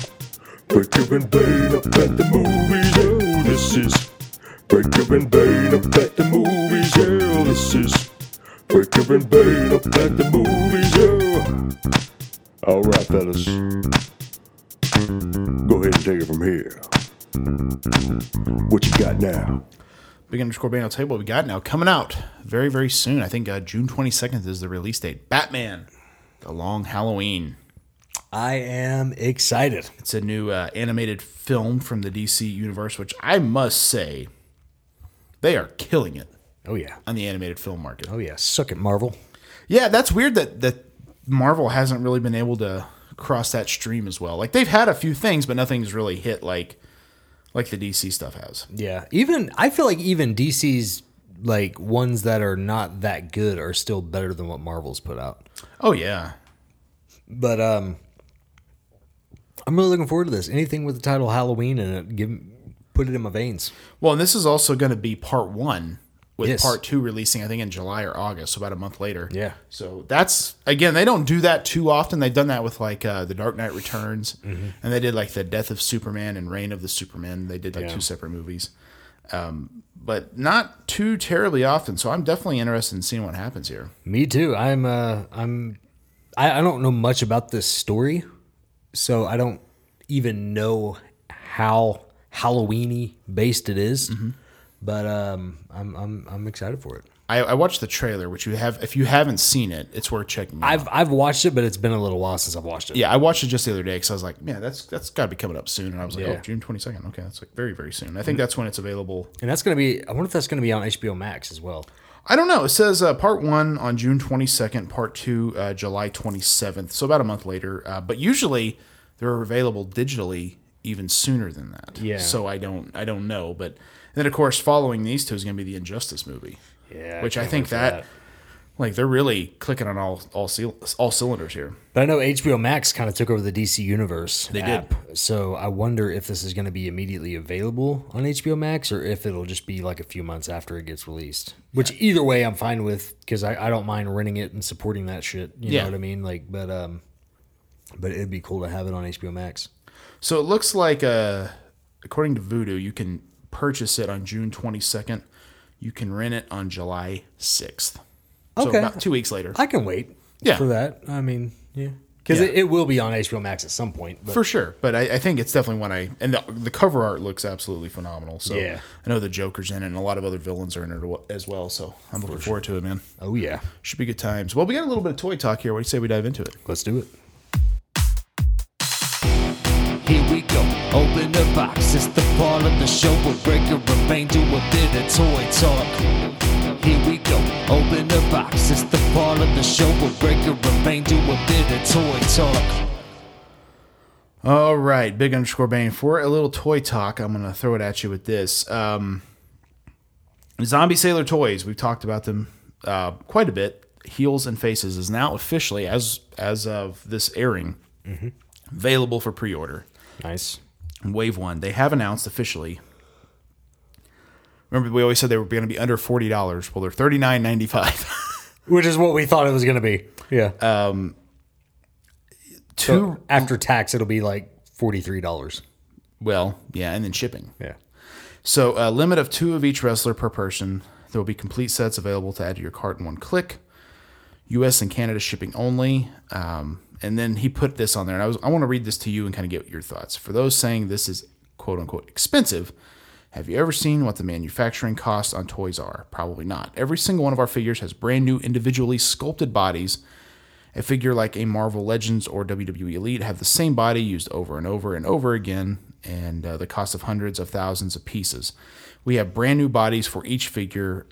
Speaker 6: Breaker and Bane up at the movies. Yeah, this is Breaker and Bane up at the movies. Yeah, this is Breaker and Bane up at the movies. Yeah. All right, fellas, go ahead and take it from here. What you got now?
Speaker 3: Big underscore Bane. I'll tell you what we got now coming out very very soon. I think uh, June 22nd is the release date. Batman, the Long Halloween.
Speaker 4: I am excited.
Speaker 3: It's a new uh, animated film from the DC universe, which I must say, they are killing it
Speaker 4: Oh yeah.
Speaker 3: on the animated film market.
Speaker 4: Oh yeah. Suck it, Marvel.
Speaker 3: Yeah, that's weird that that Marvel hasn't really been able to cross that stream as well. Like they've had a few things, but nothing's really hit like like the DC stuff has.
Speaker 4: Yeah. Even I feel like even DC's like ones that are not that good are still better than what Marvel's put out.
Speaker 3: Oh yeah,
Speaker 4: But um I'm really looking forward to this. Anything with the title Halloween in it, give put it in my veins.
Speaker 3: Well, and this is also going to be part one, with
Speaker 4: Yes.
Speaker 3: part two releasing, I think, in July or August, so about a month later.
Speaker 4: Yeah.
Speaker 3: So that's, again, they don't do that too often. They've done that with like uh, The Dark Knight Returns,
Speaker 4: Mm-hmm.
Speaker 3: and they did like The Death of Superman and Reign of the Superman. They did like two separate movies, um, but not too terribly often. So I'm definitely interested in seeing what happens here.
Speaker 4: Me too. I'm uh I'm I, I don't know much about this story, so I don't even know how Halloweeny based it is. But um I'm I'm I'm excited for it.
Speaker 3: I, I watched the trailer, which you have, if you haven't seen it, it's worth checking out.
Speaker 4: I've I've watched it, but it's been a little while since I've watched it.
Speaker 3: Yeah, I watched it just the other day because I was like, man, that's that's got to be coming up soon. And I was like,
Speaker 4: Yeah. Mm-hmm.
Speaker 3: oh, June twenty second. Okay, that's like very very soon. I think that's when it's available.
Speaker 4: And that's gonna be. I wonder if that's gonna be on HBO Max as well.
Speaker 3: I don't know. It says uh, part one on June twenty second, part two uh, July twenty seventh. So about a month later. Uh, but usually they're available digitally even sooner than that.
Speaker 4: Yeah.
Speaker 3: So I don't I don't know. But then of course following these two is going to be the Injustice movie.
Speaker 4: Yeah,
Speaker 3: Which I think that, like they're really clicking on all all ceil- all cylinders here.
Speaker 4: But I know HBO Max kind of took over the DC Universe. They
Speaker 3: did.
Speaker 4: did. So I wonder if this is going to be immediately available on HBO Max or if it'll just be like a few months after it gets released. Which either way, I'm fine with because I, I don't mind renting it and supporting that shit. You
Speaker 3: Yeah.
Speaker 4: know what I mean? Like, but um, but it'd be cool to have it on HBO Max.
Speaker 3: So it looks like, uh, according to Voodoo, you can purchase it on June 22nd. You can rent it on July 6th. So
Speaker 4: Okay.
Speaker 3: about two weeks later.
Speaker 4: I can wait.
Speaker 3: Yeah.
Speaker 4: For that, I mean, yeah, because
Speaker 3: Yeah.
Speaker 4: it, it will be on HBO Max at some point. But
Speaker 3: for sure, but I, I think it's definitely one I and the, the cover art looks absolutely phenomenal. So
Speaker 4: Yeah.
Speaker 3: I know the Joker's in it, and a lot of other villains are in it as well. So I'm looking forward to it, man.
Speaker 4: oh yeah,
Speaker 3: Should be good times. Well, we got a little bit of toy talk here. What do you say we dive into it?
Speaker 4: let's do it.
Speaker 7: Here we go, open the box. It's the part of the show where Breaker and Bane do a bit of toy talk. Here we go, open the box. It's the part of the show where Breaker and Bane do a bit of toy talk.
Speaker 3: All right, big underscore bane for a little toy talk. I'm gonna throw it at you with this. Um, Zombie Sailor toys. We've talked about them uh, quite a bit. Heels and Faces is now officially, as as of this airing, available for pre-order.
Speaker 4: Nice.
Speaker 3: Wave one. They have announced officially. Remember, we always said they were going to be under forty dollars. Well, they're thirty nine ninety five.
Speaker 4: Which is what we thought it Uh, um, was going to be. Yeah.
Speaker 3: Two
Speaker 4: after tax, it'll be like forty three dollars.
Speaker 3: Well, yeah, and then shipping.
Speaker 4: Yeah.
Speaker 3: So a limit of two of each wrestler per person. There will be complete sets available to add to your cart in one click. U.S. and Canada shipping only. Um, and then he put this on there, and I was I want to read this to you and kind of get your thoughts. For those saying this is quote unquote expensive, have you ever seen what the manufacturing costs on toys are? Probably not. Every single one of our figures has brand new individually sculpted bodies. A figure like a Marvel Legends or WWE Elite have the same body used over and over and over again, and uh, the cost of hundreds of thousands of pieces. We have brand new bodies for each figure,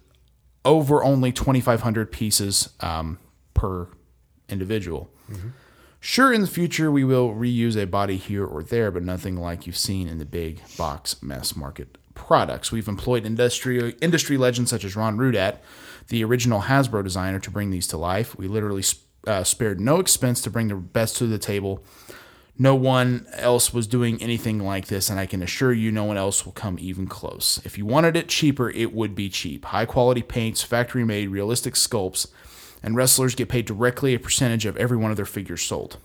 Speaker 3: over only 2,500 pieces um, per individual. Sure, in the future we will reuse a body here or there, but nothing like you've seen in the big box mass market products. We've employed industry industry legends such as Ron Rudat, the original Hasbro designer, to bring these to life. We literally sp- uh, spared no expense to bring the best to the table. No one else was doing anything like this, and I can assure you no one else will come even close. If you wanted it cheaper, it would be cheap. High quality paints, factory made, realistic sculpts, and wrestlers get paid directly a percentage of every one of their figures sold.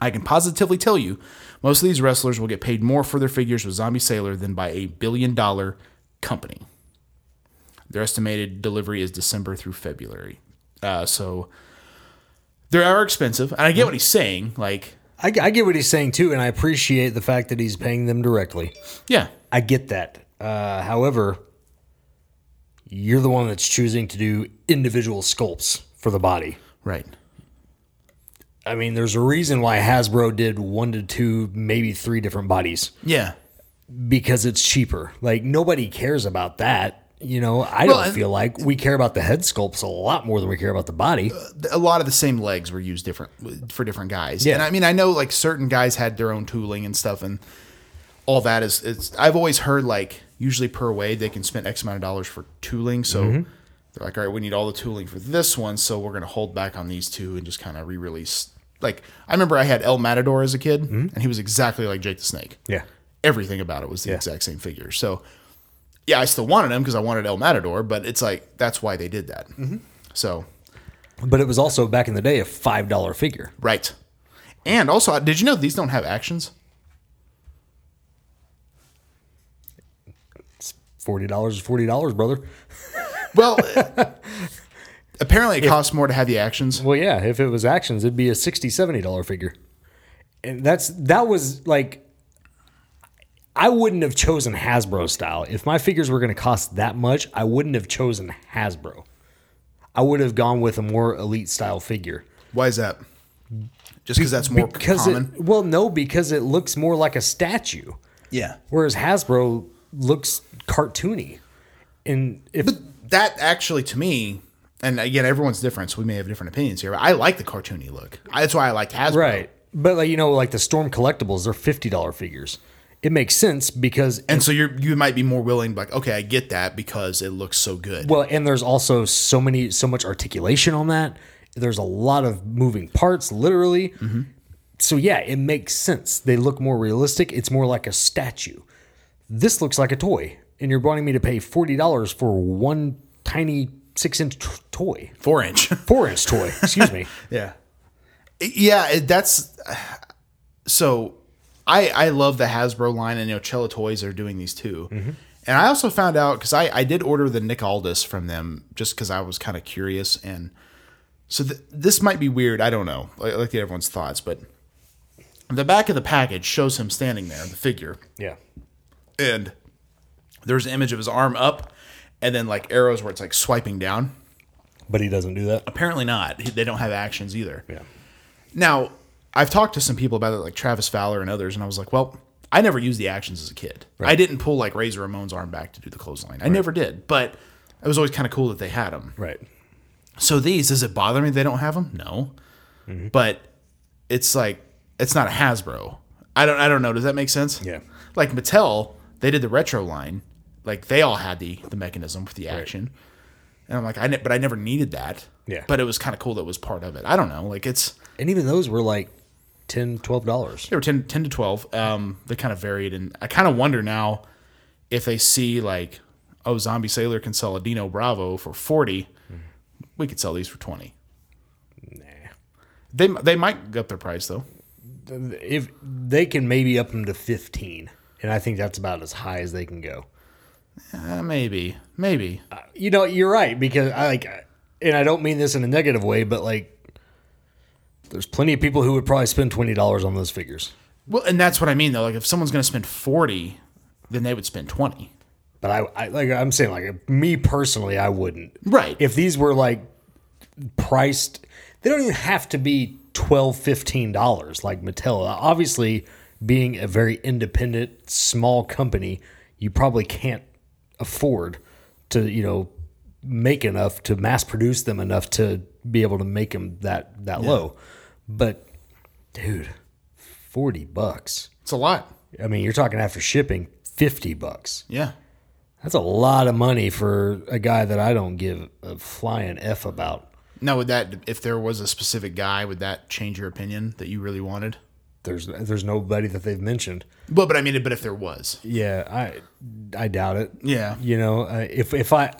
Speaker 3: I can positively tell you, most of these wrestlers will get paid more for their figures with Zombie Sailor than by a billion dollar company. Their estimated delivery is December through February. Uh, so they are expensive. And I get what he's saying. Like,
Speaker 4: I, I get what he's saying too, and I appreciate the fact that he's paying them directly.
Speaker 3: yeah,
Speaker 4: I get that. Uh, however, you're the one that's choosing to do individual sculpts for the body.
Speaker 3: right.
Speaker 4: I mean, there's a reason why Hasbro did one to two, maybe three different bodies
Speaker 3: Yeah.
Speaker 4: because it's cheaper. Like nobody cares about that. You know, I don't
Speaker 3: I-
Speaker 4: feel like we care about the head sculpts a lot more than we care about the body.
Speaker 3: a lot of the same legs were used different for different guys. Yeah. And I mean, I know like certain guys had their own tooling and stuff and all that is it's I've always heard like usually per wade they can spend X amount of dollars for tooling. So they're like, all right, we need all the tooling for this one, so we're gonna hold back on these two and just kind of re-release like I remember I had El Matador as a kid and he was exactly like Jake the Snake.
Speaker 4: Yeah.
Speaker 3: Everything about it was the exact same figure. So yeah, I still wanted him because I wanted El Matador, but it's like that's why they did that.
Speaker 4: Mm-hmm.
Speaker 3: So
Speaker 4: But it was also back in the day a five dollar figure.
Speaker 3: Right. And also, did you know these don't have actions?
Speaker 4: Forty dollars is forty dollars, brother.
Speaker 3: Well, apparently it costs more to have the actions.
Speaker 4: Well, yeah, if it was actions, it'd be a 60 dollar figure. And that's that was like I wouldn't have chosen Hasbro style. If my figures were going to cost that much, I wouldn't have chosen Hasbro. I would have gone with a more elite style figure.
Speaker 3: Why is that? Just because that's more
Speaker 4: Because
Speaker 3: common.
Speaker 4: it well, no, because it looks more like a statue,
Speaker 3: yeah.
Speaker 4: whereas Hasbro looks cartoony. And if
Speaker 3: That actually, to me, and again, everyone's different, so we may have different opinions here. But I like the cartoony look. I- That's why I liked Hasbro.
Speaker 4: right, but like you know, like the Storm collectibles, they're fifty dollar figures. It makes sense because
Speaker 3: And so you you might be more willing, like, okay, I get that because it looks so good.
Speaker 4: Well, and there's also so many, so much articulation on that. There's a lot of moving parts, literally. So yeah, it makes sense. They look more realistic. It's more like a statue. This looks like a toy, and you're wanting me to pay forty dollars for one tiny six inch t- toy,
Speaker 3: Four inch.
Speaker 4: four inch toy. Excuse me.
Speaker 3: Yeah. Yeah, it- that's so I I love the Hasbro line and you know Cello Toys are doing these too. And I also found out cuz I I did order the Nick Aldis from them just cuz I was kind of curious and so th- this might be weird, I don't know. Like, like the everyone's thoughts, but the back of the package shows him standing there, the figure
Speaker 4: Yeah.
Speaker 3: and there's an image of his arm up and then like arrows where it's like swiping down.
Speaker 4: But he doesn't do that.
Speaker 3: Apparently not. They don't have actions either.
Speaker 4: Yeah.
Speaker 3: Now, I've talked to some people about it, like Travis Fowler and others, and I was like, well, I never used the actions as a kid. I didn't pull like Razor Ramon's arm back to do the clothesline. I never did, but it was always kind of cool that they had them.
Speaker 4: Right.
Speaker 3: So these, does it bother me they don't have them? No,
Speaker 4: Mm-hmm.
Speaker 3: but it's like it's not a Hasbro. I don't, I don't know. Does that make sense?
Speaker 4: Yeah.
Speaker 3: Like Mattel, they did the retro line. Like they all had the the mechanism for the action, and I'm like, I ne- but I never needed that.
Speaker 4: Yeah.
Speaker 3: But it was kind of cool that it was part of it. I don't know. Like it's.
Speaker 4: And even those were like 10 dollars.
Speaker 3: They were 10, 10 to 12. Um, they kind of varied. And I kind of wonder now if they see, like, oh, Zombie Sailor can sell a Dino Bravo for 40. We could sell these for 20. Nah. They, they might up their price, though.
Speaker 4: if they can maybe up them to 15 and i think that's about as high as they can go
Speaker 3: Uh, maybe, maybe.
Speaker 4: you know you're right because i like and i don't mean this in a negative way but like there's plenty of people who would probably spend $20 on those figures
Speaker 3: Well, and that's what I mean though. Like if someone's going to spend forty, then they would spend twenty.
Speaker 4: but i, I like i'm saying like me personally i wouldn't
Speaker 3: Right.
Speaker 4: if these were like priced they don't even have to be 12 15 dollars like mattel obviously being a very independent small company you probably can't afford to you know make enough to mass produce them enough to be able to make them that that low but dude 40 bucks
Speaker 3: it's a lot.
Speaker 4: i mean you're talking after shipping 50 bucks
Speaker 3: Yeah.
Speaker 4: that's a lot of money for a guy that i don't give a flying f about
Speaker 3: Now, would that if there was a specific guy, would that change your opinion that you really wanted?
Speaker 4: there's there's nobody that they've mentioned.
Speaker 3: Well, but I mean, but if there was,
Speaker 4: Yeah, I I doubt it.
Speaker 3: Yeah.
Speaker 4: you know, uh, if if I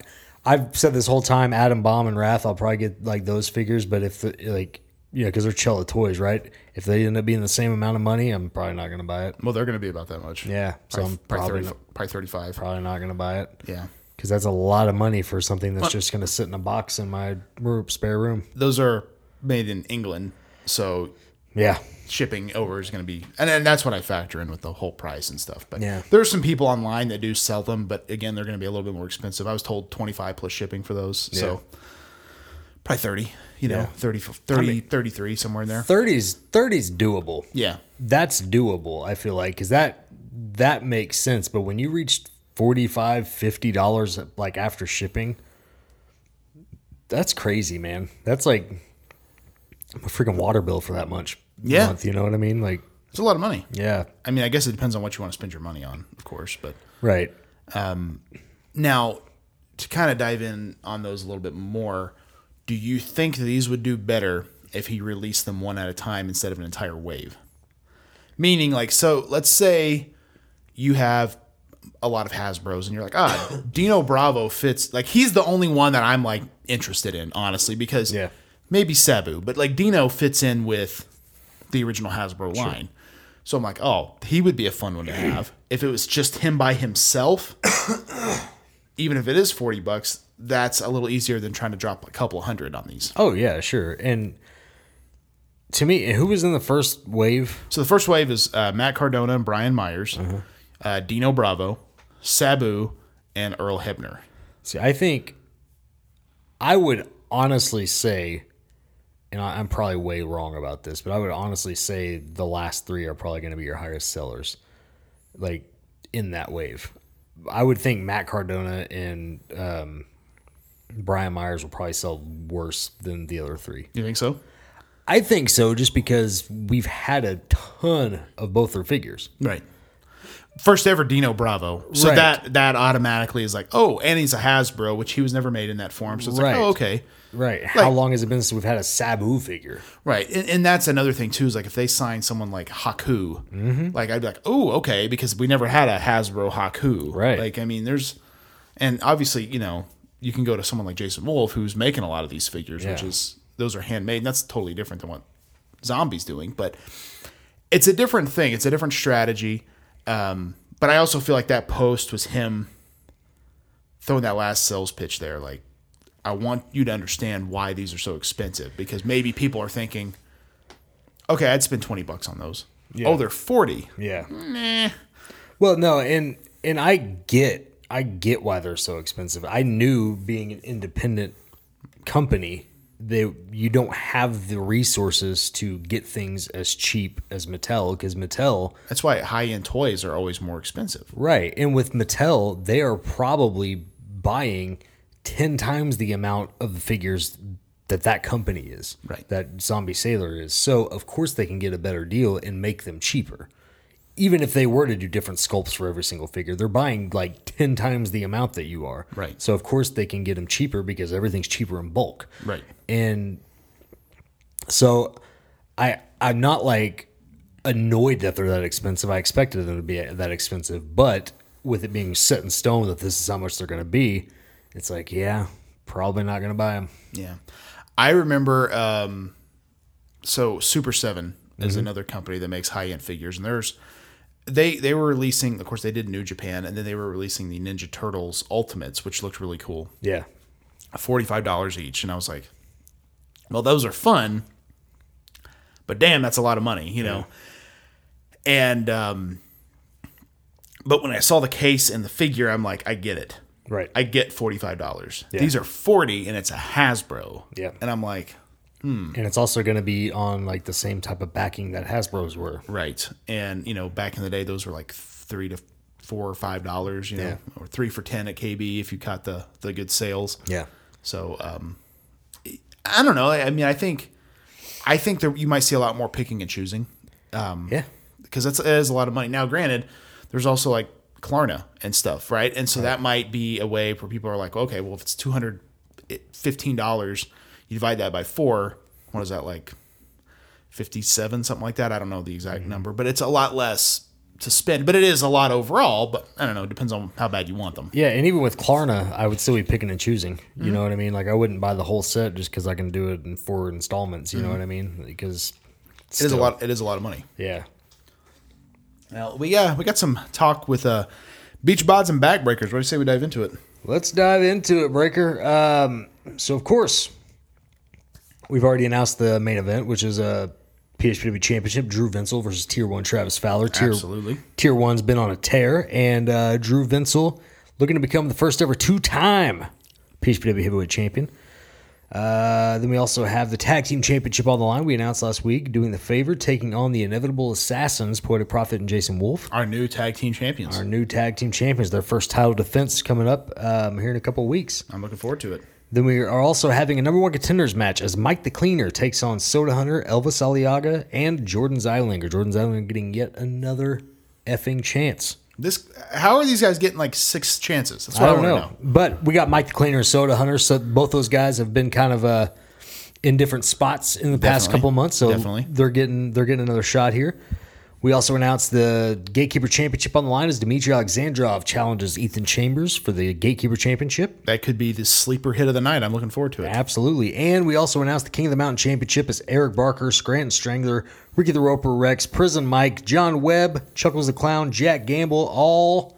Speaker 4: I've said this whole time, Adam Bomb and Wrath, I'll probably get like those figures. But if the, like you know, because they're Cella toys, right? If they end up being the same amount of money, I'm probably not gonna buy it.
Speaker 3: well, they're going to be about that much.
Speaker 4: Yeah, so I'm
Speaker 3: probably,
Speaker 4: probably
Speaker 3: 30,
Speaker 4: not,
Speaker 3: probably thirty-five.
Speaker 4: probably not gonna buy it.
Speaker 3: Yeah,
Speaker 4: Because that's a lot of money for something that's just going to sit in a box in my room, spare room.
Speaker 3: those are made in England, so
Speaker 4: Yeah.
Speaker 3: shipping over is going to be, and, and that's what I factor in with the whole price and stuff. But
Speaker 4: Yeah.
Speaker 3: there's some people online that do sell them, but again, they're going to be a little bit more expensive. I was told twenty-five plus shipping for those, so probably thirty. You know, thirty, thirty, thirty-three 30, 33, somewhere in there.
Speaker 4: 30s, 30s doable.
Speaker 3: yeah.
Speaker 4: that's doable i feel like because that that makes sense but when you reach 45 50 dollars like after shipping that's crazy man that's like a freaking water bill for that much
Speaker 3: Yeah.
Speaker 4: month, you know what i mean like
Speaker 3: It's a lot of money.
Speaker 4: yeah
Speaker 3: I mean, I guess it depends on what you want to spend your money on, of course. But
Speaker 4: right
Speaker 3: now, to kind of dive in on those a little bit more, do you think these would do better if he released them one at a time instead of an entire wave? Meaning, like, so let's say you have a lot of Hasbro's and you're like, ah, Dino Bravo fits. Like, he's the only one that I'm like interested in, honestly, because
Speaker 4: Yeah.
Speaker 3: maybe Sabu, but like Dino fits in with the original Hasbro line. So I'm like, oh, he would be a fun one to have. If it was just him by himself, even if it is 40 bucks, that's a little easier than trying to drop a couple hundred on these.
Speaker 4: oh yeah sure and to me who was in the first wave
Speaker 3: So the first wave is uh, Matt Cardona and Brian Myers,
Speaker 4: Mm-hmm.
Speaker 3: uh, Dino Bravo, Sabu, and Earl Hebner.
Speaker 4: See, I think I would honestly say, and I, I'm probably way wrong about this, but I would honestly say the last three are probably going to be your highest sellers, like in that wave. I would think Matt Cardona and um, Brian Myers will probably sell worse than the other three.
Speaker 3: You think so?
Speaker 4: I think so, just because we've had a ton of both their figures.
Speaker 3: Right. First ever Dino Bravo. So
Speaker 4: Right.
Speaker 3: that that automatically is like, oh, and he's a Hasbro, which he was never made in that form. So it's
Speaker 4: Right.
Speaker 3: like, oh, okay.
Speaker 4: Right. How
Speaker 3: Like-
Speaker 4: long has it been since we've had a Sabu figure?
Speaker 3: Right. And, and that's another thing, too, is like if they sign someone like Haku,
Speaker 4: Mm-hmm.
Speaker 3: like I'd be like, oh, okay, because we never had a Hasbro Haku.
Speaker 4: Right.
Speaker 3: Like, I mean, there's, and obviously, you know, you can go to someone like Jason Wolf, who's making a lot of these figures, which
Speaker 4: Yeah.
Speaker 3: is, those are handmade. And that's totally different than what Zombie's doing. But it's a different thing, it's a different strategy. Um, but I also feel like that post was him throwing that last sales pitch there. Like, I want you to understand why these are so expensive because maybe people are thinking, okay, I'd spend 20 bucks on those. Oh, they're 40.
Speaker 4: Yeah. Well, no, and and I get I get why they're so expensive. I knew being an independent company that you don't have the resources to get things as cheap as Mattel because Mattel,
Speaker 3: That's why high end toys are always more expensive.
Speaker 4: right? And with Mattel, they are probably buying ten times the amount of the figures that that company is,
Speaker 3: Right.
Speaker 4: That Zombie Sailor is. So of course they can get a better deal and make them cheaper even if they were to do different sculpts for every single figure, they're buying like 10 times the amount that you are.
Speaker 3: Right.
Speaker 4: So, of course, they can get them cheaper because everything's cheaper in bulk.
Speaker 3: Right.
Speaker 4: And so I, I'm not like annoyed that they're that expensive. I expected them to be that expensive, but with it being set in stone that this is how much they're going to be, it's like, yeah, probably not going to buy them.
Speaker 3: Yeah. I remember, um, so Super 7 is another company that makes high end figures, and there's they they were releasing. Of course, they did New Japan, and then they were releasing the Ninja Turtles Ultimates, which looked really cool,
Speaker 4: Yeah.
Speaker 3: forty five dollars each, and I was like, well, those are fun, but damn, that's a lot of money, you know. And um, but when I saw the case and the figure, I'm like, I get it.
Speaker 4: Right.
Speaker 3: I get forty five dollars. These are forty, and it's a Hasbro.
Speaker 4: Yeah.
Speaker 3: and I'm like,
Speaker 4: and it's also going to be on like the same type of backing that Hasbro's were.
Speaker 3: right. And you know, back in the day, those were like three to four or five dollars. You know, or three for ten at KB if you caught the the good sales.
Speaker 4: Yeah.
Speaker 3: So um, I don't know. I mean, I think I think there, you might see a lot more picking and choosing
Speaker 4: Yeah.
Speaker 3: because that's that is a lot of money. Now, granted, there's also like Klarna and stuff, right? And so that might be a way where people are like, okay, well, if it's two hundred fifteen dollars, you divide that by four. What is that like? Fifty-seven, something like that. I don't know the exact number, but it's a lot less to spend. But it is a lot overall. But I don't know. It depends on how bad you want them.
Speaker 4: Yeah, and even with Klarna, I would still be picking and choosing. You know what I mean? Like I wouldn't buy the whole set just because I can do it in four installments. You know what I mean? Because
Speaker 3: It is a lot. It is a lot of money.
Speaker 4: Yeah.
Speaker 3: Now we uh, we got some talk with uh, beach bods and backbreakers. What do you say we dive into it?
Speaker 4: Let's dive into it, Breaker. Um, so, of course, we've already announced the main event, which is uh, a PHPW Championship: Drew Vinsel versus Tier One Travis Fowler. Tier,
Speaker 3: Absolutely.
Speaker 4: Tier One's been on a tear, and uh, Drew Vinsel looking to become the first ever two-time PHPW Heavyweight Champion. Uh, then we also have the Tag Team Championship on the line. We announced last week, doing the favor, taking on the inevitable assassins, Poetic Prophet and Jason Wolf
Speaker 3: Our new tag team champions.
Speaker 4: our new tag team champions. Their first title defense is coming up um, here in a couple of weeks.
Speaker 3: I'm looking forward to it.
Speaker 4: Then we are also having a number one contenders match as Mike the Cleaner takes on Soda Hunter, Elvis Aliaga, and Jordan Zeilinger. Jordan Zeilinger getting yet another effing chance.
Speaker 3: This how are these guys getting like six chances? That's
Speaker 4: I
Speaker 3: what I,
Speaker 4: don't
Speaker 3: want
Speaker 4: know.
Speaker 3: to know.
Speaker 4: But we got Mike the Cleaner and Soda Hunter. So both those guys have been kind of uh, in different spots in the past
Speaker 3: Definitely.
Speaker 4: couple of months. So
Speaker 3: Definitely.
Speaker 4: they're getting they're getting another shot here. We also announced the Gatekeeper Championship on the line as Dmitry Alexandrov challenges Ethan Chambers for the Gatekeeper Championship.
Speaker 3: That could be the sleeper hit of the night. I'm looking forward to it.
Speaker 4: Absolutely. And we also announced the King of the Mountain Championship as Eric Barker, Scranton Strangler, Ricky the Roper Rex, Prison Mike, John Webb, Chuckles the Clown, Jack Gamble all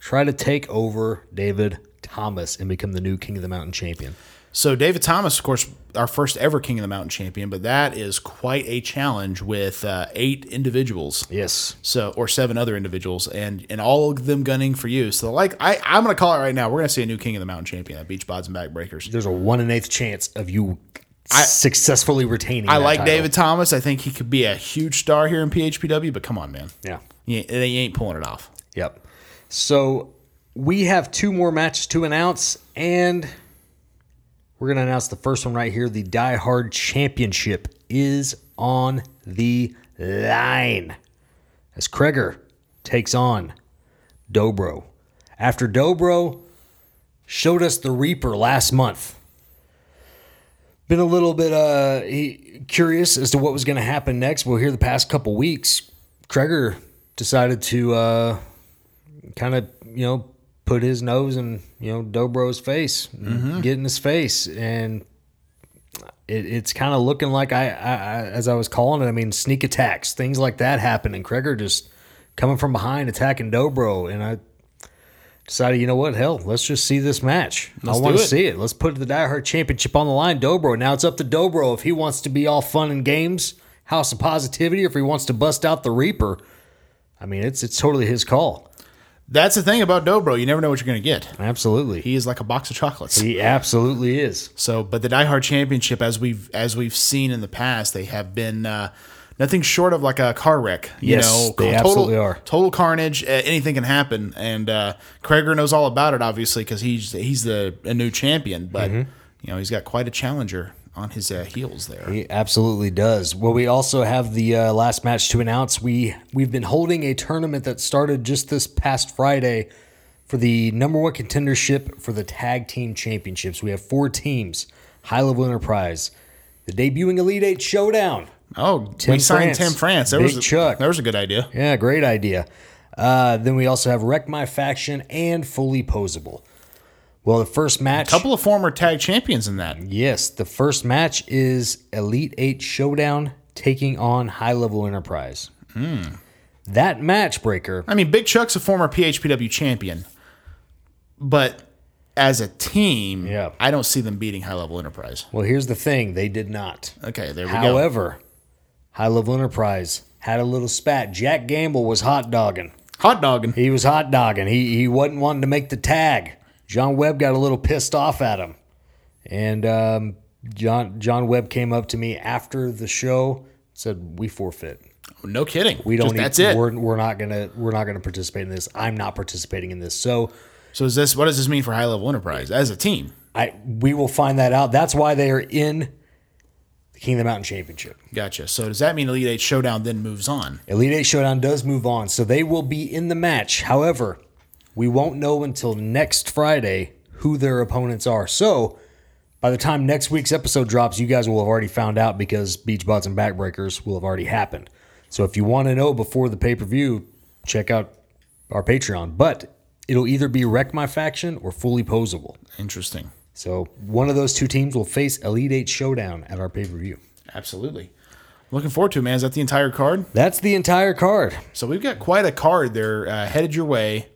Speaker 4: try to take over David Thomas and become the new King of the Mountain champion.
Speaker 3: So David Thomas, of course, our first ever King of the Mountain champion, but that is quite a challenge with uh, eight individuals.
Speaker 4: Yes.
Speaker 3: So or seven other individuals, and and all of them gunning for you. So like I I'm gonna call it right now. We're gonna see a new King of the Mountain champion at Beach Bods and Backbreakers.
Speaker 4: There's a one in eighth chance of you successfully retaining.
Speaker 3: I
Speaker 4: that
Speaker 3: like
Speaker 4: title.
Speaker 3: David Thomas. I think he could be a huge star here in PHPW, but come on, man.
Speaker 4: Yeah.
Speaker 3: He ain't, he ain't pulling it off.
Speaker 4: Yep. So we have two more matches to announce, and we're going to announce the first one right here. The Die Hard Championship is on the line as Kreger takes on Dobro. After Dobro showed us the Reaper last month, been a little bit uh, he- curious as to what was going to happen next. Well, here the past couple weeks, Kreger decided to uh, kind of you know put his nose in you know Dobro's face,
Speaker 3: Mm-hmm.
Speaker 4: get in his face, and it, it's kind of looking like I, I, I as I was calling it. I mean, sneak attacks, things like that happen, and Kreger just coming from behind attacking Dobro, and I. Decided, you know what? Hell, let's just see this match. I want
Speaker 3: do
Speaker 4: to
Speaker 3: it.
Speaker 4: see it. Let's put the Die Hard Championship on the line. Dobro. Now it's up to Dobro if he wants to be all fun and games, house of positivity, or if he wants to bust out the Reaper. I mean, it's it's totally his call.
Speaker 3: That's the thing about Dobro. You never know what you're gonna get.
Speaker 4: Absolutely. He,
Speaker 3: He is like a box of chocolates.
Speaker 4: absolutely is.
Speaker 3: So, but the Die Hard Championship, as we've as we've seen in the past, they have been uh, nothing short of like a car wreck. You
Speaker 4: Yes,
Speaker 3: know,
Speaker 4: they
Speaker 3: total,
Speaker 4: absolutely are.
Speaker 3: Total carnage. Uh, anything can happen, and uh, Krager knows all about it, obviously, because he's he's the a new champion. But
Speaker 4: Mm-hmm.
Speaker 3: you know, he's got quite a challenger on his uh, heels there.
Speaker 4: He absolutely does. Well, we also have the uh, last match to announce. We we've been holding a tournament that started just this past Friday for the number one contendership for the tag team championships. We have four teams. High level enterprise, the debuting Elite Eight Showdown.
Speaker 3: Oh,
Speaker 4: Tim
Speaker 3: we signed
Speaker 4: France.
Speaker 3: Tim France. There
Speaker 4: Big
Speaker 3: was a,
Speaker 4: Chuck.
Speaker 3: There was a good idea.
Speaker 4: Yeah, great idea. Uh, then we also have Wreck My Faction and Fully Posable. Well, the first match.
Speaker 3: A couple of former tag champions in that.
Speaker 4: Yes, the first match is Elite Eight Showdown taking on High Level Enterprise.
Speaker 3: Hmm.
Speaker 4: That match breaker,
Speaker 3: I mean, Big Chuck's a former PHPW champion, but as a team,
Speaker 4: Yeah.
Speaker 3: I don't see them beating High Level Enterprise.
Speaker 4: well, here's the thing they did not.
Speaker 3: Okay, there we go.
Speaker 4: However, High Level Enterprise had a little spat. Jack Gamble was hot dogging.
Speaker 3: Hot dogging.
Speaker 4: He was hot dogging. He he wasn't wanting to make the tag. John Webb got a little pissed off at him, and um, John John Webb came up to me after the show, said, "We forfeit.
Speaker 3: No kidding.
Speaker 4: We don't.
Speaker 3: Just,
Speaker 4: e-
Speaker 3: that's it.
Speaker 4: We're, we're not gonna we're not gonna participate in this. I'm not participating in this. So
Speaker 3: So is this what does this mean for High Level Enterprise as a team?
Speaker 4: I we will find that out. That's why they are in the Kingdom Mountain Championship.
Speaker 3: Gotcha. So does that mean Elite Eight Showdown then moves on?
Speaker 4: Elite Eight Showdown does move on, so they will be in the match. However, we won't know until next Friday who their opponents are. So by the time next week's episode drops, you guys will have already found out because Beach Bots and Backbreakers will have already happened. So if you want to know before the pay per view, check out our Patreon. But it'll either be Wreck My Faction or Fully Posable.
Speaker 3: Interesting.
Speaker 4: So one of those two teams will face Elite Eight Showdown at our pay per view.
Speaker 3: Absolutely. Looking forward to it, man. Is that the entire card?
Speaker 4: That's the entire card.
Speaker 3: So we've got quite a card there uh, headed your way.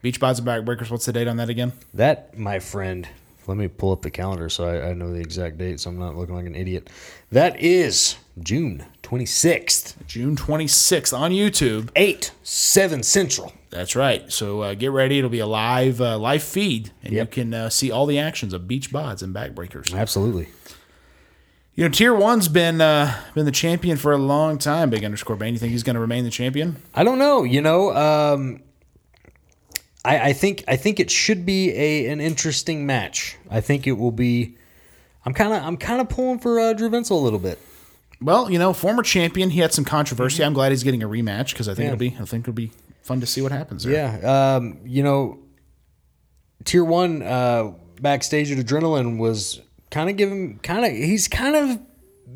Speaker 3: Beach Bots and Backbreakers. What's the date on that again?
Speaker 4: That, my friend, let me pull up the calendar so I, I know the exact date so I'm not looking like an idiot. That is June 26th,
Speaker 3: June 26th on YouTube.
Speaker 4: 8, 7 Central.
Speaker 3: That's right. So uh, get ready. It'll be a live uh, live feed, and
Speaker 4: Yep.
Speaker 3: you can uh, see all the actions of Beach Bods and Backbreakers.
Speaker 4: Absolutely.
Speaker 3: You know, Tier One's been uh, been the champion for a long time. Big underscore Bane. You think he's going to remain the champion?
Speaker 4: I don't know. You know, um, I, I think I think it should be a an interesting match. I think it will be. I'm kind of I'm kind of pulling for uh, Drew Vinsel a little bit.
Speaker 3: Well, you know, former champion. He had some controversy. I'm glad he's getting a rematch because I think it'll be I think it'll be fun to see what happens. There.
Speaker 4: Yeah, um, you know, tier one uh, backstage at Adrenaline was kind of giving, kind of he's kind of